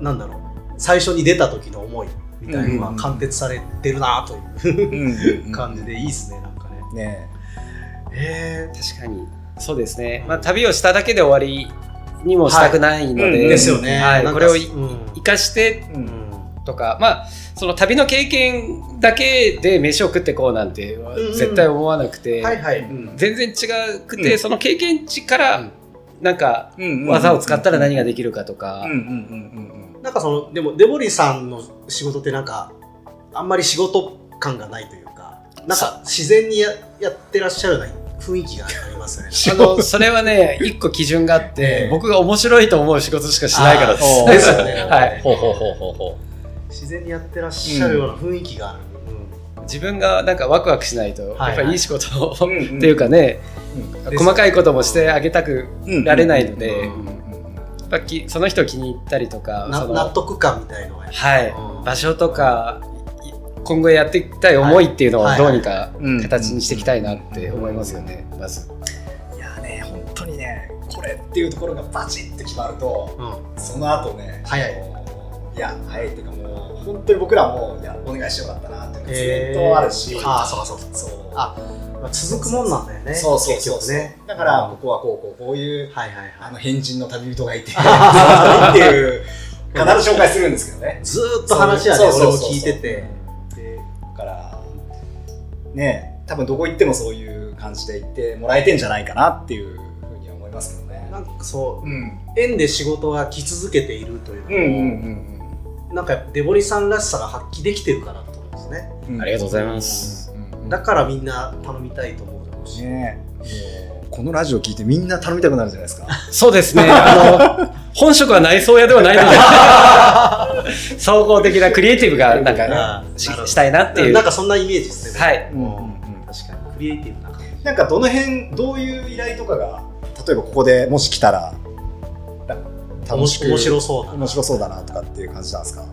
Speaker 2: なんだろう最初に出た時の思いみたいなの
Speaker 3: うん
Speaker 2: が貫徹されてるなという
Speaker 3: うん
Speaker 2: 感じでいいっすねなんかね
Speaker 3: ね
Speaker 2: へ
Speaker 1: 確かにそうですね、まあ、旅をしただけで終わりにもしたくないので、
Speaker 3: はいうん
Speaker 2: ですよね、
Speaker 1: はい
Speaker 2: なん
Speaker 1: こ
Speaker 2: か
Speaker 1: れを
Speaker 2: うん
Speaker 1: 生かして
Speaker 3: えう
Speaker 2: うんん
Speaker 1: とかまあその旅の経験だけで飯を食ってこうなんては
Speaker 2: うんうん
Speaker 1: 絶対思わなくて、
Speaker 2: はいはい、
Speaker 1: 全然違くて、
Speaker 3: うん
Speaker 1: その経験値から、
Speaker 2: うん
Speaker 1: なんか
Speaker 3: うん
Speaker 1: 技を使ったら何ができるかとか、
Speaker 3: うんうんうん
Speaker 2: なんかそのでもデボリーさんの仕事ってなんかあんまり仕事感がないというかなんか自然にややってらっしゃるような雰囲気がありますよね
Speaker 1: あのそれはね一個基準があって、
Speaker 2: ええ
Speaker 1: 僕が面白いと思う仕事しかしないからです。
Speaker 3: あー
Speaker 2: ですよね、
Speaker 1: はい、
Speaker 2: ほう
Speaker 1: ほうほうほうほ
Speaker 2: 自然にやってらっしゃるような雰囲気がある、
Speaker 1: う自分がなんかワクワクしないと、
Speaker 2: はい
Speaker 1: やっぱりいい仕事を、
Speaker 3: うん
Speaker 1: っていうかね、
Speaker 2: うん
Speaker 1: 細かいこともしてあげたくられないので、
Speaker 2: うん
Speaker 1: やっぱきその人を気に入ったりとか
Speaker 2: な
Speaker 1: その
Speaker 2: 納得感みたいのがやっぱ
Speaker 1: はい、
Speaker 2: うん
Speaker 1: 場所とかい今後やっていきたい思いっていうのを
Speaker 2: はい
Speaker 1: どうにか
Speaker 3: うん
Speaker 1: 形にしていきたいなって思いますよね、まず。
Speaker 3: いやね本当にねこれっていうところがバチって決まると
Speaker 2: うん
Speaker 3: その後ね
Speaker 2: 早い
Speaker 3: もういや早いっていうかもう本当に僕らもいやお願いしてよかったなっていうのがずっとあるし、
Speaker 2: えーああそうかそうか
Speaker 3: そう
Speaker 2: あまあ続くもんなんだよね
Speaker 3: そうそうそう
Speaker 2: 結
Speaker 3: そ
Speaker 2: 局
Speaker 3: う、
Speaker 2: ね
Speaker 3: だからここはこうこうこういう
Speaker 2: はいはい
Speaker 3: あ
Speaker 2: は
Speaker 3: の変人の旅人がいて [laughs] っていう必ず紹介するんですけどね
Speaker 2: いずーっと話はね
Speaker 3: そう
Speaker 2: 俺
Speaker 3: そ
Speaker 2: も
Speaker 3: うそうそう
Speaker 2: 聞いてて
Speaker 3: でだからね多分どこ行ってもそういう感じで行ってもらえてんじゃないかなっていうふうには思いますけどね
Speaker 2: なんかそううん縁で仕事が来続けているというの
Speaker 3: うん
Speaker 2: も、
Speaker 3: うん
Speaker 2: なんかデボリさんらしさが発揮できてるかなと思うんですね
Speaker 3: うんうん
Speaker 1: ありがとうございま
Speaker 3: う
Speaker 1: す。
Speaker 3: んうん
Speaker 2: だからみんな頼みたいと思うだろうし、
Speaker 3: ねえもうこのラジオ聞いてみんな頼みたくなるじゃないですか
Speaker 1: そうで
Speaker 2: [laughs]
Speaker 1: すね。あの、本職は内装屋ではないので、
Speaker 2: [laughs]
Speaker 1: [laughs] 総合的なクリエイティブがなんか
Speaker 2: あー
Speaker 1: し
Speaker 2: なるほど
Speaker 1: したいなっていう。
Speaker 2: なん
Speaker 1: は
Speaker 2: かそんなイメージですね
Speaker 1: い。
Speaker 2: うんうん
Speaker 3: うん
Speaker 2: 確かにクリエイティブな感じ
Speaker 3: なんかどの辺どういう依頼とかが例えばここでもし来たらら楽しく
Speaker 2: 面白そうな
Speaker 3: 面白そうだなとかっていう感じなんですか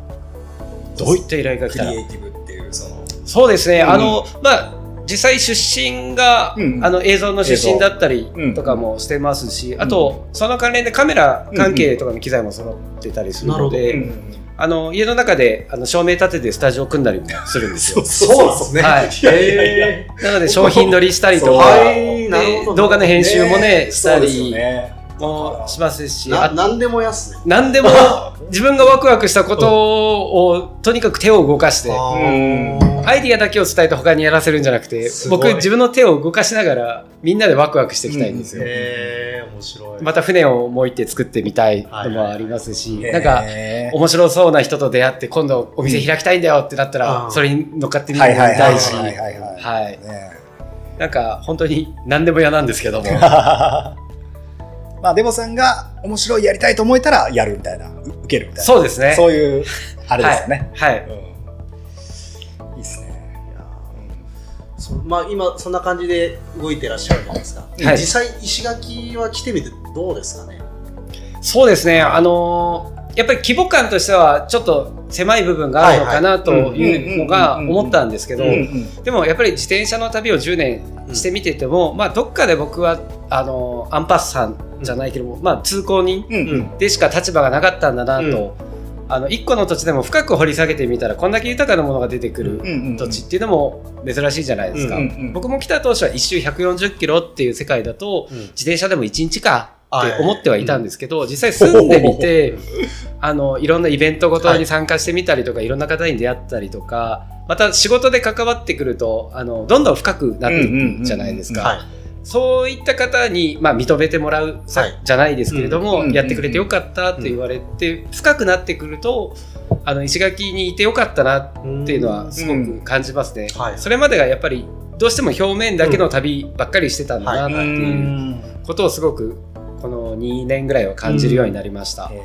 Speaker 1: どういった依頼が来
Speaker 3: ク
Speaker 1: た
Speaker 3: リ
Speaker 1: ら
Speaker 3: エイティブっていうその
Speaker 1: そうですね。
Speaker 3: うん
Speaker 1: あの、まあ、実際出身が、
Speaker 3: うんうん
Speaker 1: あの映像の出身だったり
Speaker 3: 像うん
Speaker 1: とかもしてますし、あと、その関連でカメラ関係とかの機材も揃ってたりするので、
Speaker 3: うん
Speaker 1: あの家の中であの照明立ててスタジオ組んだりもするんですよ。
Speaker 2: そうなんですね
Speaker 1: はい
Speaker 2: やいやいや
Speaker 1: なので商品撮りしたり
Speaker 2: [laughs]
Speaker 1: と
Speaker 3: そう
Speaker 1: か、
Speaker 3: はい
Speaker 1: で
Speaker 2: なるほど
Speaker 1: 動画の編集もね
Speaker 3: え
Speaker 1: した
Speaker 3: そうですよ
Speaker 1: り
Speaker 3: ね
Speaker 1: もしますし、
Speaker 2: な
Speaker 1: あ
Speaker 2: 何でもやっすね
Speaker 1: 何でも自分がワクワクしたことをとにかく手を動かして
Speaker 2: あ
Speaker 3: うん
Speaker 2: ー
Speaker 1: アイディアだけを伝えて他にやらせるんじゃなくて
Speaker 2: すごい
Speaker 1: 僕自分の手を動かしながらみんなでワクワクしていきたいんですよ。
Speaker 2: へえ面白い
Speaker 1: また船をもう一手作ってみたいのもありますし、
Speaker 3: ねえ
Speaker 1: なんか面白そうな人と出会って今度お店開きたいんだよってなった
Speaker 2: う
Speaker 1: ら
Speaker 2: ん
Speaker 1: それに乗っかってみる
Speaker 3: は
Speaker 1: の
Speaker 3: い
Speaker 1: も
Speaker 3: はいはい
Speaker 1: 大事
Speaker 3: はいはいはい
Speaker 1: はい
Speaker 3: ね
Speaker 1: なんか本当に何でも嫌なんですけども
Speaker 3: まあデボさんが面白いやりたいと思えたらやるみたいなう受けるみたいな
Speaker 1: そうですね
Speaker 3: そういうあれですよね、
Speaker 1: はい
Speaker 3: うんいいっすね
Speaker 2: いやーそまあ今そんな感じで動いてらっしゃるじゃないですか、実際石垣は来てみてどうですかね
Speaker 1: そうですねあのーやっぱり規模感としてはちょっと狭い部分があるのかなというのが
Speaker 3: はいはいうんうんうんうんうん
Speaker 1: 思ったんですけど
Speaker 3: うんうん
Speaker 1: でもやっぱり自転車の旅を10年してみてても、まあどっかで僕はあのアンパスさんじゃないけども、まあ、通行人
Speaker 3: うんうん
Speaker 1: でしか立場がなかったんだなと、あの一個の土地でも深く掘り下げてみたらこんだけ豊かなものが出てく
Speaker 3: う
Speaker 1: る
Speaker 3: んうんうん
Speaker 1: 土地っていうのも珍しいじゃないですか、
Speaker 2: うん
Speaker 3: うん
Speaker 1: 僕も来た当初は1周140キロっていう世界だと自転車でも1日かって思ってはいたんですけど、実際住んでみて [laughs] あのいろんなイベントごとに参加してみたりとか、い、ろんな方に出会ったりとかまた仕事で関わってくるとあのどんどん深くなっていくじゃないですか、
Speaker 2: はい
Speaker 1: そういった方に、まあ、認めてもらう、さ
Speaker 2: はい
Speaker 1: じゃないですけれど
Speaker 3: うんうん
Speaker 1: も、
Speaker 3: うんうん
Speaker 1: やってくれてよかったって言われて、深くなってくるとあの石垣にいてよかったなっ
Speaker 2: って
Speaker 1: いうのはすごく感じますね、
Speaker 2: うんはい
Speaker 1: それまでがやっぱりどうしても表面だけの旅ばっかりしてたんだな
Speaker 3: う
Speaker 1: っ
Speaker 3: ん
Speaker 1: ていうことをすごくこの2年ぐらいは感じるようになりました、
Speaker 3: へ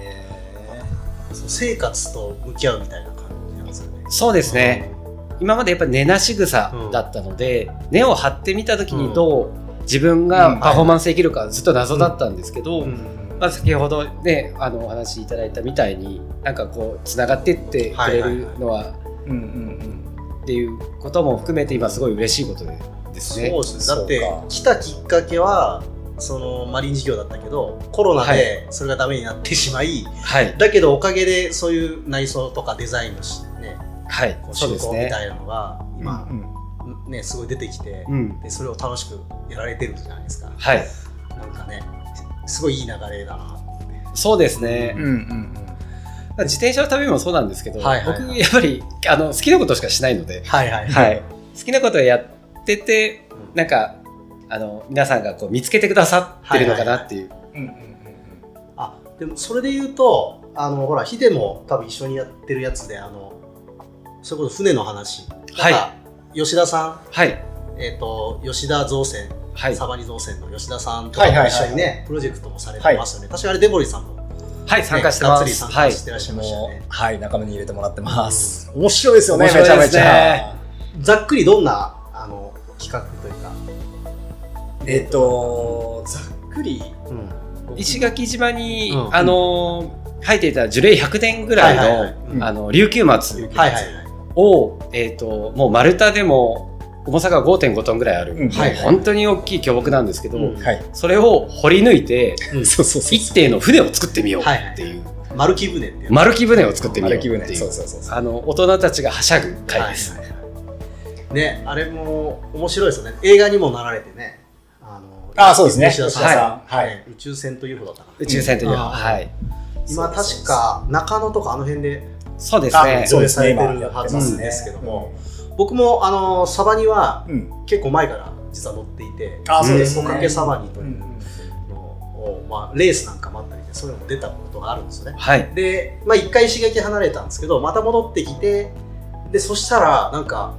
Speaker 2: そう生活と向き合うみたいな感じなんですよね。
Speaker 1: そうですね、今までやっぱり根なし草だったので、根を張ってみた時にどう自分がパフォーマンスできるかずっと謎だったんですけど、
Speaker 2: うん。
Speaker 1: まあ、先ほどねあのお話しいただいたみたいになんかこうつながってってくれるのは,、
Speaker 3: うんうん
Speaker 1: っていうことも含めて今すごい嬉しいことでですね。
Speaker 2: そうですね。だっ
Speaker 3: そ
Speaker 2: て
Speaker 3: うか
Speaker 2: 来たきっかけはそのマリン事業だったけどコロナ
Speaker 1: は
Speaker 2: でそれがダメになってしまい、
Speaker 1: はい、
Speaker 2: だけどおかげでそういう内装とかデザインのしね
Speaker 1: はい
Speaker 2: こ、う
Speaker 1: そう
Speaker 2: 手
Speaker 1: です
Speaker 2: 法み
Speaker 1: ね。
Speaker 2: たいなのが
Speaker 3: うん
Speaker 2: 今、
Speaker 3: うん
Speaker 2: ねすごい出てきて、
Speaker 1: うん、
Speaker 2: でそれを楽しくやられてるじゃないですか。
Speaker 1: はい、
Speaker 2: なんかねすごいいい流れだな。
Speaker 1: そうですね。
Speaker 3: うんうん
Speaker 1: 自転車の旅もそうなんですけど、
Speaker 2: はいはいはい
Speaker 1: 僕やっぱりあの好きなことしかしないので、
Speaker 2: はいはい。
Speaker 3: はいい
Speaker 1: [laughs] 好きなことをやっててなんかあの皆さんがこう見つけてくださってるのかなっていう。
Speaker 3: うんうんうん
Speaker 2: あでもそれで言うとあのほらヒデも多分一緒にやってるやつであのそれこそ船の話
Speaker 1: はい
Speaker 2: い吉田さ
Speaker 1: はい、
Speaker 2: ん、えっと吉田造船、
Speaker 1: はい、
Speaker 2: サバニ造船の吉田さんとかも一緒にね、
Speaker 3: はいはいは
Speaker 2: プロジェクトもされてますよね、確かあれデボリさんも、ね、
Speaker 1: はい、参加して
Speaker 2: がっ
Speaker 1: ま
Speaker 2: つり
Speaker 1: す。
Speaker 2: 参
Speaker 1: は
Speaker 2: 加
Speaker 1: い、
Speaker 2: してらっしゃいましたよね、
Speaker 3: はい仲間に入れてもらってます面白いですよね
Speaker 1: 面
Speaker 3: め
Speaker 1: 白い
Speaker 3: ちゃ
Speaker 1: で
Speaker 3: め
Speaker 1: す
Speaker 3: ち
Speaker 1: ね
Speaker 3: ゃ
Speaker 2: ざっくりどんなあの企画というか、
Speaker 3: えっとざっくり
Speaker 2: うん
Speaker 1: 石垣島に、
Speaker 2: うん
Speaker 1: あのー入っていた樹齢100年ぐらいの、
Speaker 2: はいはいはい
Speaker 3: うん
Speaker 1: あの琉球松
Speaker 2: はいはいはい
Speaker 1: を、えっともう丸太でも重さが5.5トンぐらいある、
Speaker 3: うん
Speaker 2: はい
Speaker 1: 本当に大きい巨木なんですけど、
Speaker 2: うん
Speaker 3: はい
Speaker 1: それを掘り抜いて
Speaker 2: うん
Speaker 3: そうそうそう
Speaker 1: 一定の船を作ってみよう
Speaker 2: はいはい
Speaker 1: っていう、
Speaker 2: 丸木舟っていう
Speaker 1: 丸木船を作ってみよう
Speaker 3: 歩
Speaker 1: って
Speaker 3: き
Speaker 1: い
Speaker 3: 船
Speaker 1: う
Speaker 3: そうそうそうそう
Speaker 1: あの大人たちがはしゃぐ会です、
Speaker 2: はいはいはいねあれも面白いですよね映画にもなられてねあの
Speaker 3: あそうですね
Speaker 2: 吉田さん、
Speaker 1: 吉田
Speaker 3: さんはい
Speaker 2: ね宇宙船と UFO だったかな
Speaker 1: 宇宙船というのは、
Speaker 2: うん
Speaker 1: はい
Speaker 2: 今確か中野とかあの辺で
Speaker 1: そうです
Speaker 2: あ
Speaker 1: ね
Speaker 2: そ
Speaker 3: そうう
Speaker 2: で
Speaker 3: ですす
Speaker 2: ね
Speaker 3: ね
Speaker 2: 今
Speaker 3: 今
Speaker 2: や
Speaker 3: や
Speaker 2: っ
Speaker 3: ってて
Speaker 2: ま
Speaker 3: ますす
Speaker 2: ね
Speaker 3: ね
Speaker 2: 僕もあのサバには
Speaker 3: うん
Speaker 2: 結構前から実は乗っていて
Speaker 3: あ
Speaker 1: そうです
Speaker 2: で
Speaker 1: ね
Speaker 2: おかげサバニ
Speaker 3: う
Speaker 2: というんのを、まあ、レースなんかもあったりでそういうのも出たことがあるんですよね
Speaker 1: はい
Speaker 2: で、まあ、1回刺激離れたんですけどまた戻ってきてでそしたらなんか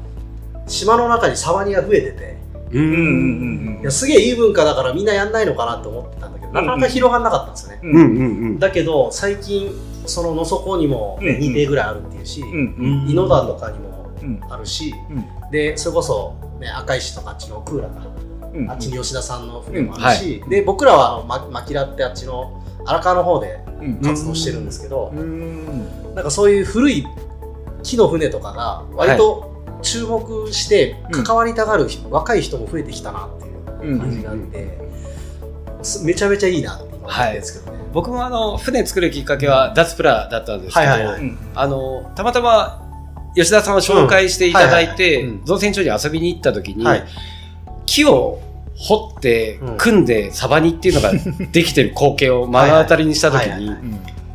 Speaker 2: 島の中にサバニが増えてて
Speaker 1: う
Speaker 3: うんうん
Speaker 1: ん
Speaker 3: うん
Speaker 2: いやすげえいい文化だからみんなやんないのかなと思ってたんだけどなかなか広がんなかったんですよね、
Speaker 1: うんうんうん
Speaker 2: だけど最近その野底にも
Speaker 3: うんうん
Speaker 2: 2艇ぐらいあるっていうし、
Speaker 3: うん
Speaker 2: 井ノ段とかにも
Speaker 3: うん
Speaker 2: あるし、
Speaker 3: う
Speaker 2: でそれこそ、ね、赤石とかあっちのクーラか、
Speaker 3: うん
Speaker 2: あっちに吉田さんの船もあるし、で僕らはあのまマキラってあっちの荒川の方で
Speaker 3: うん
Speaker 2: 活動してるんですけど
Speaker 3: う、ん
Speaker 2: なんかそういう古い木の船とかが割と注目して
Speaker 3: うん
Speaker 2: 関わりたがる人、若い人も増えてきたなっていう感じがあって、すめちゃめちゃいいなって今思ってるんですけどね。
Speaker 1: 僕もあの船作るきっかけは脱プラだったんですけど、
Speaker 2: はいはいはい
Speaker 1: あのたまたま吉田さんを紹介していただい
Speaker 2: うんはいはい
Speaker 1: て
Speaker 2: はいうん
Speaker 1: 造船所に遊びに行った時に、
Speaker 2: はい
Speaker 1: 木を掘って
Speaker 2: うん
Speaker 1: 組んでサバニっていうのができてる光景を目の当たりにした時
Speaker 2: はいはい
Speaker 1: に
Speaker 2: は
Speaker 3: う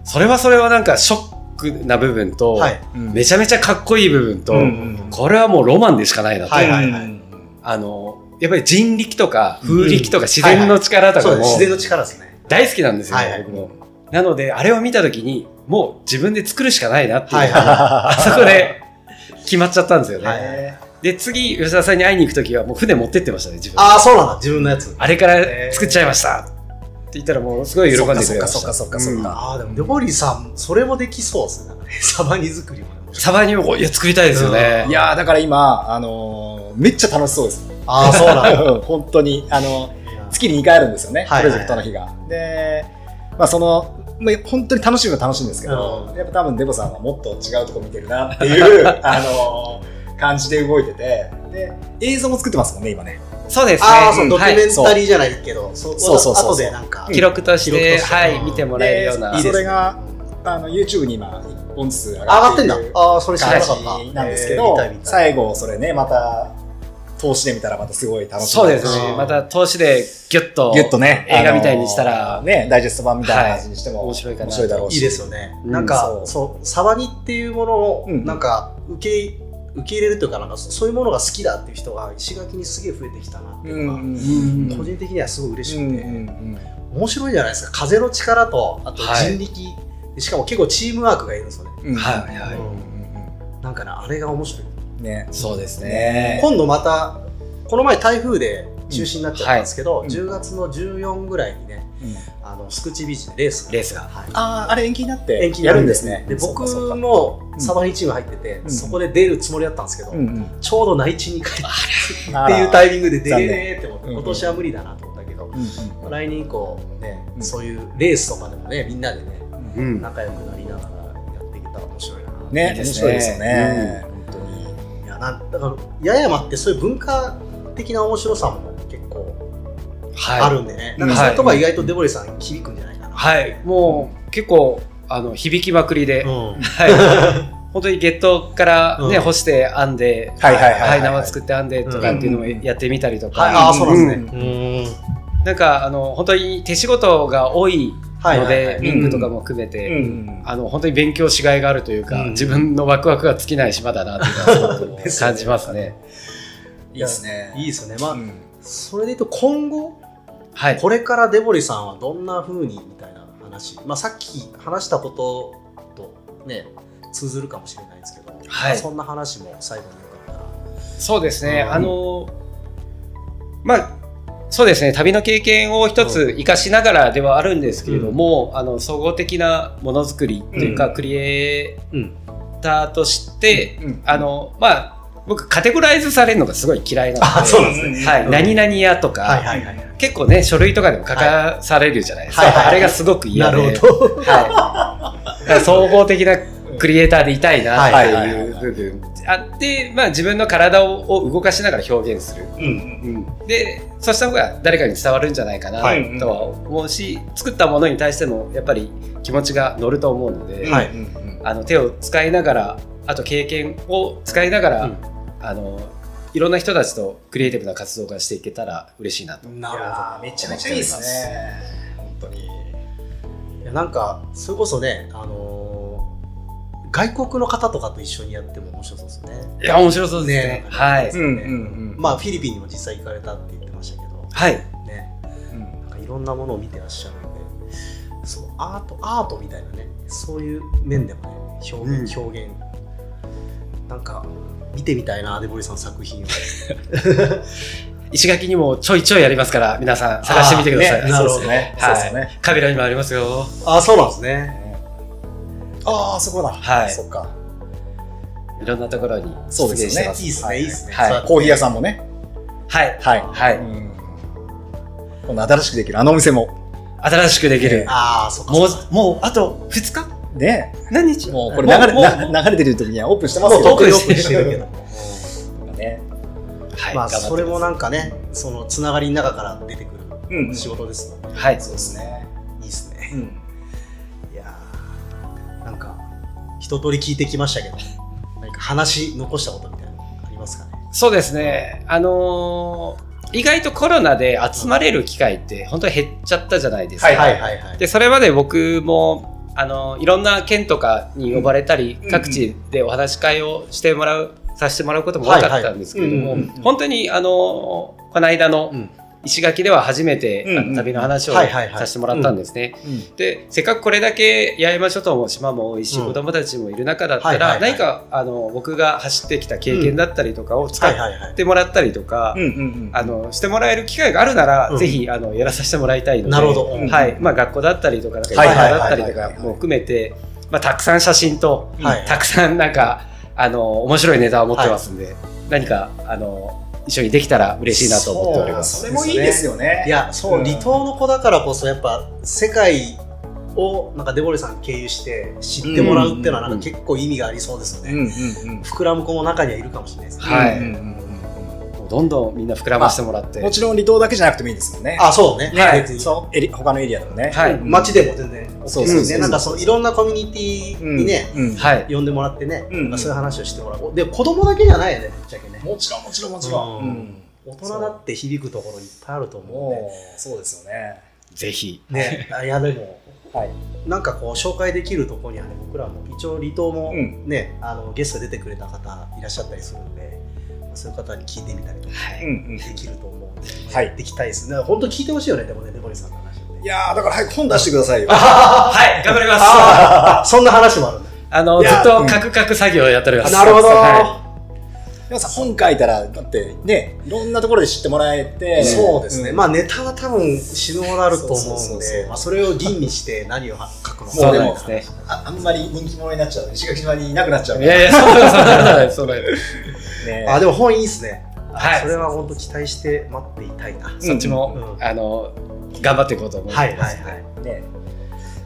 Speaker 1: それはそれはなんかショックな部分と、
Speaker 2: はい
Speaker 3: ん
Speaker 1: めちゃめちゃかっこいい部分と、
Speaker 3: うん
Speaker 1: これはもうロマンでしかないなと、
Speaker 2: はいはいはい
Speaker 3: うん
Speaker 1: あのやっぱり人力とか風力と
Speaker 2: うん
Speaker 1: か自然の力と
Speaker 2: そ
Speaker 1: か
Speaker 2: うです
Speaker 1: も
Speaker 2: 自然の力ですね。
Speaker 1: 大好きなんですよ、
Speaker 2: はいはい
Speaker 1: 僕も。なのであれを見た時にもう自分で作るしかないなっていう、
Speaker 2: はいはい
Speaker 1: あそこで決まっちゃったんですよね。
Speaker 2: はい
Speaker 1: で、次、吉田さんに会いに行くときは、もう船持ってってましたね、自分。
Speaker 2: あ
Speaker 1: あ
Speaker 2: あ、そうなんだ、自分のやつ。
Speaker 1: れから作っちゃいましたって言ったら、もうすごい喜んでくれま
Speaker 3: そっか
Speaker 1: し
Speaker 3: そっか
Speaker 1: た。
Speaker 3: そっかそっ
Speaker 1: うん
Speaker 3: か
Speaker 2: ああ、でも、デボリーさん、それもできそうですね。 [laughs] サバニ作りもね。
Speaker 1: サバにも、いや、作りたいですよね。
Speaker 3: いやーだから今あのーめっちゃ楽しそうです
Speaker 2: ああ、そう
Speaker 3: [laughs]
Speaker 2: なんだ。
Speaker 3: 本当にあの月に2回あるんですよね、
Speaker 2: はい
Speaker 3: プロジェクトの日が。で、まあ、その、まあ、本当に楽しいのは楽しいんですけど、
Speaker 2: うん
Speaker 3: やっぱ多分デボさんはもっと違うとこ見てるな
Speaker 2: [laughs]
Speaker 3: っていう、あのー感じで動いててで、映像も作ってますもんね、今ね。
Speaker 1: そうですね。
Speaker 2: ああ、そう、ドキ
Speaker 1: は
Speaker 2: ュ
Speaker 1: い
Speaker 2: メンタリーじゃないけど、そう
Speaker 3: そうそうそう
Speaker 2: 後でなんか、
Speaker 1: 記録として、
Speaker 2: 記録として
Speaker 1: はい、
Speaker 2: うん
Speaker 1: 見てもらえるような。
Speaker 3: で
Speaker 2: いいですね
Speaker 3: それがあの YouTube に今1本ずつ
Speaker 2: あ
Speaker 3: 上
Speaker 2: 上がってんだ
Speaker 3: る。
Speaker 2: ああ、それ知らなかった。
Speaker 3: 感じなんですけど、
Speaker 2: えー見たい見たい
Speaker 3: 最後それねまた通しで見たらまたすごい楽しい
Speaker 1: そうです
Speaker 2: う
Speaker 1: ね。
Speaker 2: ん
Speaker 1: また投資でギュッと。
Speaker 3: ギュッとね
Speaker 1: 映画みたいにしたら
Speaker 3: あのねダイジェスト版みたいな感じにしても、
Speaker 1: はい面白いかな
Speaker 3: だろうし
Speaker 2: いいですよね。
Speaker 1: うん
Speaker 2: なんか、
Speaker 3: そう
Speaker 2: そう、サバニっていうものを、
Speaker 3: うん
Speaker 2: なんか、受け、受け入れるというか、なんか、そそういうものが好きだっていう人が、石垣にすげえ増えてきたなっていううんの
Speaker 3: う
Speaker 2: が、
Speaker 3: んうん
Speaker 2: 個人的にはすごい嬉し
Speaker 3: うん
Speaker 2: く
Speaker 3: う
Speaker 2: て、
Speaker 3: ん
Speaker 2: 面白いじゃないですか。風の力と、あと
Speaker 1: はい
Speaker 2: 人力、でしかも結構チームワークがいるんですよね。
Speaker 3: うん
Speaker 1: はいはい
Speaker 3: うんうん
Speaker 2: なんかね、あれが面白い。
Speaker 3: うんね
Speaker 1: そうですね。
Speaker 3: ね
Speaker 2: 今度また、この前台風で中止になっちゃったんですけど、
Speaker 3: うんはい
Speaker 2: 10月の14ぐらいにね、
Speaker 3: うん
Speaker 2: あの、スクチビーチでレース
Speaker 1: レースが
Speaker 2: はい
Speaker 3: あああれ延期になって
Speaker 2: 延期にな
Speaker 3: や
Speaker 2: る
Speaker 3: る
Speaker 2: ん
Speaker 3: ん
Speaker 2: で
Speaker 3: ですすね
Speaker 2: で僕
Speaker 3: そうかそうか
Speaker 2: もサバニーチーム入ってて、
Speaker 3: うん
Speaker 2: そこで出るつもりだったんですけど、
Speaker 3: うんうん
Speaker 2: ちょうど内地に帰って
Speaker 3: あ
Speaker 2: っていう
Speaker 3: ら
Speaker 2: タイミングで出れねえって思って、
Speaker 3: 残念
Speaker 2: 今年は無理だなと思ったけど、
Speaker 3: うん
Speaker 2: まあ来年以降ね、
Speaker 3: うん
Speaker 2: そういうレースとかでもねみんなでね
Speaker 3: うん
Speaker 1: うん。
Speaker 2: 仲良くなりながらやっていけたら面白いなって
Speaker 3: ね
Speaker 1: いいで
Speaker 3: 面
Speaker 1: すね
Speaker 3: 白いですよね、本当に
Speaker 2: いやなんだから八重山ってそういう文化的な面白さも結構
Speaker 1: はい。
Speaker 2: あるんでね、なんかそういうとこは意外とデボリさん響くんじゃないかな、
Speaker 1: はい。もう、結構、あの、響きまくりで、
Speaker 2: うん
Speaker 1: はい。 [laughs] 本当にゲットからね、
Speaker 2: うん
Speaker 1: 干して編んで、
Speaker 3: はいはいはいはい
Speaker 1: はい、生作って編んでとかっていうのも
Speaker 3: うん
Speaker 1: やってみたりとか、
Speaker 2: はい、ああそうなんですね、
Speaker 3: う
Speaker 2: うん
Speaker 1: なんかあの本当に手仕事が多いので、
Speaker 2: はいはいはい
Speaker 1: リングとかも含めて、
Speaker 3: うん
Speaker 1: あの本当に勉強しがいがあるというか、
Speaker 2: うん
Speaker 1: 自分のワクワクが尽きない島だなっていうのはすごく感じますね。
Speaker 3: いいですね
Speaker 2: いいですよねまあ、
Speaker 3: うん
Speaker 2: それで言うと今後
Speaker 1: はい、
Speaker 2: これからデボリさんはどんな風にみたいな話、まあ、さっき話したこととね通ずるかもしれないですけど、
Speaker 1: はい
Speaker 2: そんな話も最後によかっ
Speaker 1: そうですね、
Speaker 2: うん
Speaker 1: あのまあそうですね旅の経験を一つ生かしながらではあるんですけれども、あの総合的なものづくりというか、
Speaker 2: うん
Speaker 1: クリエ
Speaker 2: うん
Speaker 1: イターとして、
Speaker 3: うん
Speaker 1: あのまあ僕カテゴライズされるのがすごい嫌いなので
Speaker 2: あそうなんですね
Speaker 1: はい、何々屋とか、
Speaker 2: たらはいはいはいはい
Speaker 1: 結構ね書類とかでも書かされるじゃないですか、
Speaker 2: はいはいはい
Speaker 1: あれがすごく嫌
Speaker 2: な
Speaker 1: で、
Speaker 2: るほど [laughs]
Speaker 1: はい、だから総合的なクリエイターでいたいなっていう部分あって、まあ、自分の体をを動かしながら表現する、
Speaker 2: うん
Speaker 1: でそうした方が誰かに伝わるんじゃないかな
Speaker 2: はい
Speaker 1: とは思うし、作ったものに対してもやっぱり気持ちが乗ると思う
Speaker 2: [laughs]
Speaker 1: ので、
Speaker 2: はい
Speaker 3: うんうん
Speaker 1: あの手を使いながらあと経験を使いながら、
Speaker 2: うん
Speaker 1: あのいろんな人たちとクリエイティブな活動がしていけたら嬉しいなと。
Speaker 2: ないるほ
Speaker 3: やー
Speaker 2: ど
Speaker 3: めちゃめちゃいいですね。本当に。
Speaker 2: いやなんかそれこそねあのー外国の方とかと一緒にやっても面白そうですね
Speaker 1: いや面白そうですね
Speaker 2: ね
Speaker 1: はい、
Speaker 2: うん
Speaker 3: うん
Speaker 2: まあフィリピンにも実際行かれたって言ってましたけど
Speaker 1: はい
Speaker 2: ね
Speaker 3: うん
Speaker 2: なんかいろんなものを見てらっしゃるのでそうアートアートみたいなねそういう面でもね表現、
Speaker 1: う
Speaker 2: 表現なんか見てみたいなデボリさんの作品を
Speaker 1: 石垣にもちょいちょいありますから皆さん探してみてください、
Speaker 2: あーね
Speaker 3: そうですね。そう
Speaker 1: はい
Speaker 3: ですね。
Speaker 1: カメラにもありますよ
Speaker 2: あそうなんですね
Speaker 3: ああそこだ。
Speaker 1: はい
Speaker 3: そっか。
Speaker 1: いろんなところに
Speaker 3: そう
Speaker 1: 出
Speaker 3: で
Speaker 1: 現し
Speaker 3: す
Speaker 1: て
Speaker 3: よ
Speaker 1: ま
Speaker 3: ね。
Speaker 1: す
Speaker 2: いいっすねいいっすね
Speaker 1: はい
Speaker 2: そうやって
Speaker 3: コーヒー屋さんもね。
Speaker 1: はい
Speaker 3: はい
Speaker 1: はい
Speaker 3: うんこの新しくできるあのお店も
Speaker 1: 新しくできる、
Speaker 2: ああそっか
Speaker 1: も
Speaker 2: そっか
Speaker 1: うもうあと2日
Speaker 3: ね。
Speaker 1: 何日
Speaker 3: もうこれ流れ
Speaker 1: もうもう
Speaker 3: な流れてる時にはオープンしてます
Speaker 2: もう
Speaker 3: よ。
Speaker 1: 遠
Speaker 2: 特
Speaker 1: くで
Speaker 2: にオ
Speaker 1: す
Speaker 2: ープンしてるけど
Speaker 3: ね。
Speaker 1: はい、
Speaker 2: まあ
Speaker 1: 頑張って
Speaker 2: それもなんかねそのつながりの中から出てくる
Speaker 3: うんうん
Speaker 2: 仕事ですもんね、
Speaker 1: はい
Speaker 3: そうですね。
Speaker 2: いいっすね
Speaker 3: うん。
Speaker 2: いやーなんか一通り聞いてきましたけど何か話残したことみたいなのありますかね
Speaker 1: そうですねあのー意外とコロナで集まれる機会って本当に減っちゃったじゃないですか、
Speaker 3: はいはい
Speaker 2: はいはい
Speaker 1: でそれまで僕もあのいろんな県とかに呼ばれたり、
Speaker 3: うん
Speaker 1: 各地でお話し会をしてもらうさせてもらうことも多かったんですけれども、
Speaker 2: はいはい
Speaker 3: うんうんうん
Speaker 1: 本当にあのこの間の
Speaker 2: うん
Speaker 1: 石垣では初めて、
Speaker 3: うんうん
Speaker 1: あの旅の話を
Speaker 2: はいはいはい
Speaker 1: させてもらったんですね。でせっかくこれだけ八重山諸島も島も多いし、
Speaker 2: うん
Speaker 1: 子供たちもいる中だった
Speaker 2: はい
Speaker 1: ら、
Speaker 2: はいはい
Speaker 1: 何かあの僕が走ってきた経験だったりとかを使
Speaker 2: はい
Speaker 1: っ
Speaker 2: はいはい
Speaker 1: てもらったりとか、
Speaker 3: うんうんうん。
Speaker 1: あのしてもらえる機会があるなら、
Speaker 2: うん
Speaker 1: ぜひあのやらさせてもらいたいので。
Speaker 2: なるほど、
Speaker 3: うん
Speaker 1: はいまあ、学校だったりとかなんか
Speaker 3: はい
Speaker 1: イベントだったり
Speaker 3: はいはいはいは
Speaker 1: とか
Speaker 3: い
Speaker 1: も含めて、まあ、たくさん写真と
Speaker 2: はい
Speaker 1: たくさんなんかあの面白いネタを持ってますんで、何かあの一緒にできたら嬉しいなと思っております。
Speaker 3: それもいいですよね。
Speaker 2: いやそう、
Speaker 3: うん
Speaker 2: 離島の子だからこそやっぱ世界をなんかデボリさん経由して知ってもらうっていうのは
Speaker 1: うん
Speaker 2: なんか結構意味がありそうですよ
Speaker 3: う
Speaker 2: ね、
Speaker 3: んうんうん。
Speaker 2: 膨らむ子も中にはいるかもしれないですね、
Speaker 1: はい
Speaker 3: うんうんうんうん。
Speaker 1: もうどんどんみんな膨らましてもらって、
Speaker 3: もちろん離島だけじゃなくてもいいですもんね。
Speaker 2: あ、そうね。
Speaker 3: はい
Speaker 2: 別、に。
Speaker 3: そうエリ他のエリアでもね。
Speaker 1: はい
Speaker 3: うん
Speaker 2: 街でも全然 OK です
Speaker 3: そう
Speaker 1: そうそ
Speaker 2: ね。
Speaker 1: う
Speaker 2: なんかそのいろんなコミュニティにね、
Speaker 3: うんうん
Speaker 1: はい、
Speaker 2: 呼んでもらってね、
Speaker 3: うん
Speaker 2: まあそういう話をしてもらおう。で、子供だけじゃないよね、ぶっちゃけね。
Speaker 3: もちろんもちろんも
Speaker 2: うん
Speaker 3: うん
Speaker 2: 大人だって響くところいっぱいあると思うんで。
Speaker 3: もうそうですよね。
Speaker 1: ぜひ。
Speaker 2: ね、あいやでも、
Speaker 3: はい
Speaker 2: なんかこう紹介できるところにはね、僕らも一応離島も
Speaker 3: うん
Speaker 2: ね、あのゲストで出てくれた方いらっしゃったりするんで、まあそういう方に聞いてみたりとか
Speaker 1: は
Speaker 3: う
Speaker 1: い、
Speaker 3: ん
Speaker 2: できると思うんで、
Speaker 3: はい
Speaker 2: やっていきたいですね。本当聞いてほしいよね、でもね、デボリさんの話を
Speaker 3: うん。
Speaker 2: ね。
Speaker 3: いやーだから早く本出してくださいよ。
Speaker 1: [laughs] はい、頑張ります。
Speaker 2: あーそんな話もあるんだ。
Speaker 1: あの、
Speaker 3: い
Speaker 1: ず
Speaker 3: や
Speaker 1: っとカクカク作業をやっております。
Speaker 2: なるほど。
Speaker 1: は
Speaker 3: 皆さん本書いたらだってねいろんなところで知ってもらえて。
Speaker 2: そうですね、
Speaker 3: ん
Speaker 2: まあネタは多分死ぬほどあると思
Speaker 3: そううそ
Speaker 2: ん
Speaker 3: うそうそ
Speaker 2: で
Speaker 3: う
Speaker 2: まあそれを吟味して何を書くのか
Speaker 3: もうでも
Speaker 1: そうです
Speaker 3: ああんまり人気者になっちゃうと石垣島にいなくなっちゃう
Speaker 1: い。
Speaker 3: か
Speaker 1: い
Speaker 3: ら
Speaker 1: やいや、そんなことない
Speaker 2: [laughs]
Speaker 1: そんなことない
Speaker 3: ね
Speaker 2: あでも本いいですね、あ
Speaker 1: はい
Speaker 2: それは本当期待して待っていたいな、はい
Speaker 1: そっちも、
Speaker 2: うん
Speaker 1: あの、頑張っていこうと思います。
Speaker 2: はいはい
Speaker 3: ね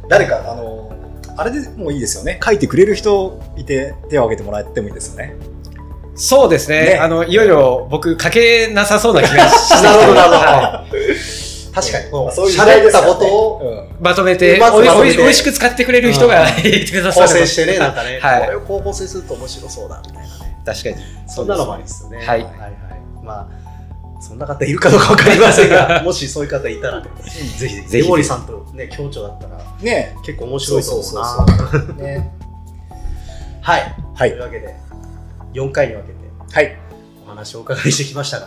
Speaker 3: 誰かあのあれでもういいですよね書いてくれる人いて手を挙げてもらってもいいですよね
Speaker 1: そうですね
Speaker 3: ね
Speaker 1: あの、いよいよ僕、書けなさそうな気がし
Speaker 2: [laughs] なるほどなるほど
Speaker 1: [laughs] は
Speaker 2: 確かにこう
Speaker 3: そういう時代
Speaker 2: 喋
Speaker 3: で
Speaker 2: っ
Speaker 3: すか
Speaker 2: た
Speaker 3: らね
Speaker 2: ことを
Speaker 1: いまとめて、
Speaker 2: うまく
Speaker 1: おい
Speaker 2: まと
Speaker 1: お
Speaker 2: め
Speaker 1: い
Speaker 2: て
Speaker 1: おいしく使ってくれる人がいてくださ
Speaker 2: 構
Speaker 1: る
Speaker 2: 成してねなんかね、
Speaker 1: はい
Speaker 2: これをこう構成すると面白そうだみたいなね
Speaker 1: 確かに。
Speaker 2: そんなのもありですよね
Speaker 1: はい
Speaker 2: はいはいまあそんな方いるかどうかわかりませんがもしそういう方いたらねぜひ
Speaker 1: ぜひ
Speaker 2: デボリさんとね協調だったら
Speaker 3: うんね
Speaker 2: 結構面白いと思うな
Speaker 3: そうそうそうね
Speaker 2: はい
Speaker 3: は
Speaker 2: とい
Speaker 3: いう
Speaker 2: わけで4回に分けて
Speaker 3: はい
Speaker 2: お話をお伺いしてきましたが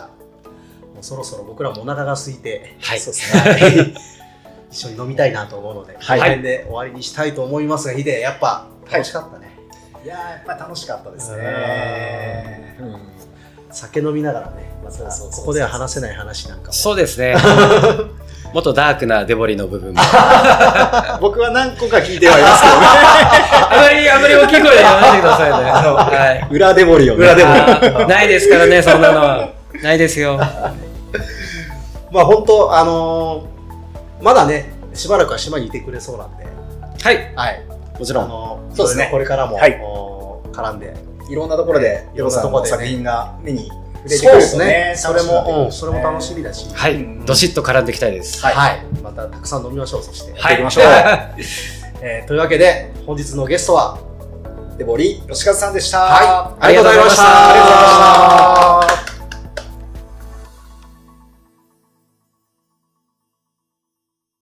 Speaker 2: もうそろそろ僕らもお腹が空いて、
Speaker 1: はい
Speaker 2: そうですね一緒に飲みたいなと思うので、
Speaker 3: はい
Speaker 2: この辺で終わりにしたいと思いますがヒデやっぱ楽しかったね、
Speaker 3: いやーやっぱり楽しかったですねうん
Speaker 2: 酒飲みながらねまた
Speaker 3: そうそうそうそう
Speaker 2: ここでは話せない話なんかも
Speaker 1: そうで
Speaker 2: [laughs]
Speaker 1: すね。もっとダークなデボリの部分も。
Speaker 3: 僕は何個か聞いてはいますけどね
Speaker 1: あまり、あまり大きい声で言わないでくださいね。はい。
Speaker 3: [laughs] 裏デボリをね
Speaker 2: 裏デボリ
Speaker 1: あーないですからね、そんなのは。ないですよ。
Speaker 2: まあ本当あのーまだねしばらくは島にいてくれそうなんで、
Speaker 1: はい。
Speaker 2: はい、
Speaker 1: もち
Speaker 2: あ
Speaker 1: ろん。
Speaker 2: のー
Speaker 3: そうですね
Speaker 2: いろいろこれからも、
Speaker 3: はい
Speaker 2: おー絡んで
Speaker 3: いろんなところで
Speaker 2: い
Speaker 3: ヨ
Speaker 2: ろん
Speaker 3: ロ
Speaker 2: な
Speaker 3: さ
Speaker 2: と
Speaker 3: ん
Speaker 2: ころ
Speaker 3: の
Speaker 2: でね
Speaker 3: 作品が目に触れてくるとね
Speaker 2: それ
Speaker 3: 楽しくなってくる
Speaker 2: も、
Speaker 3: ね
Speaker 2: うん、それも楽しみだし
Speaker 1: は
Speaker 3: う
Speaker 1: い
Speaker 3: ん。
Speaker 1: どしっと絡んでいきたいです。
Speaker 3: はい
Speaker 2: はい、またたくさん飲みましょうそして、
Speaker 3: やっていきましょう
Speaker 1: は
Speaker 2: えーというわけで本日のゲストは
Speaker 3: デボリ吉和さんでした
Speaker 2: はい、
Speaker 1: ありがとうございました
Speaker 2: ありがとうございました。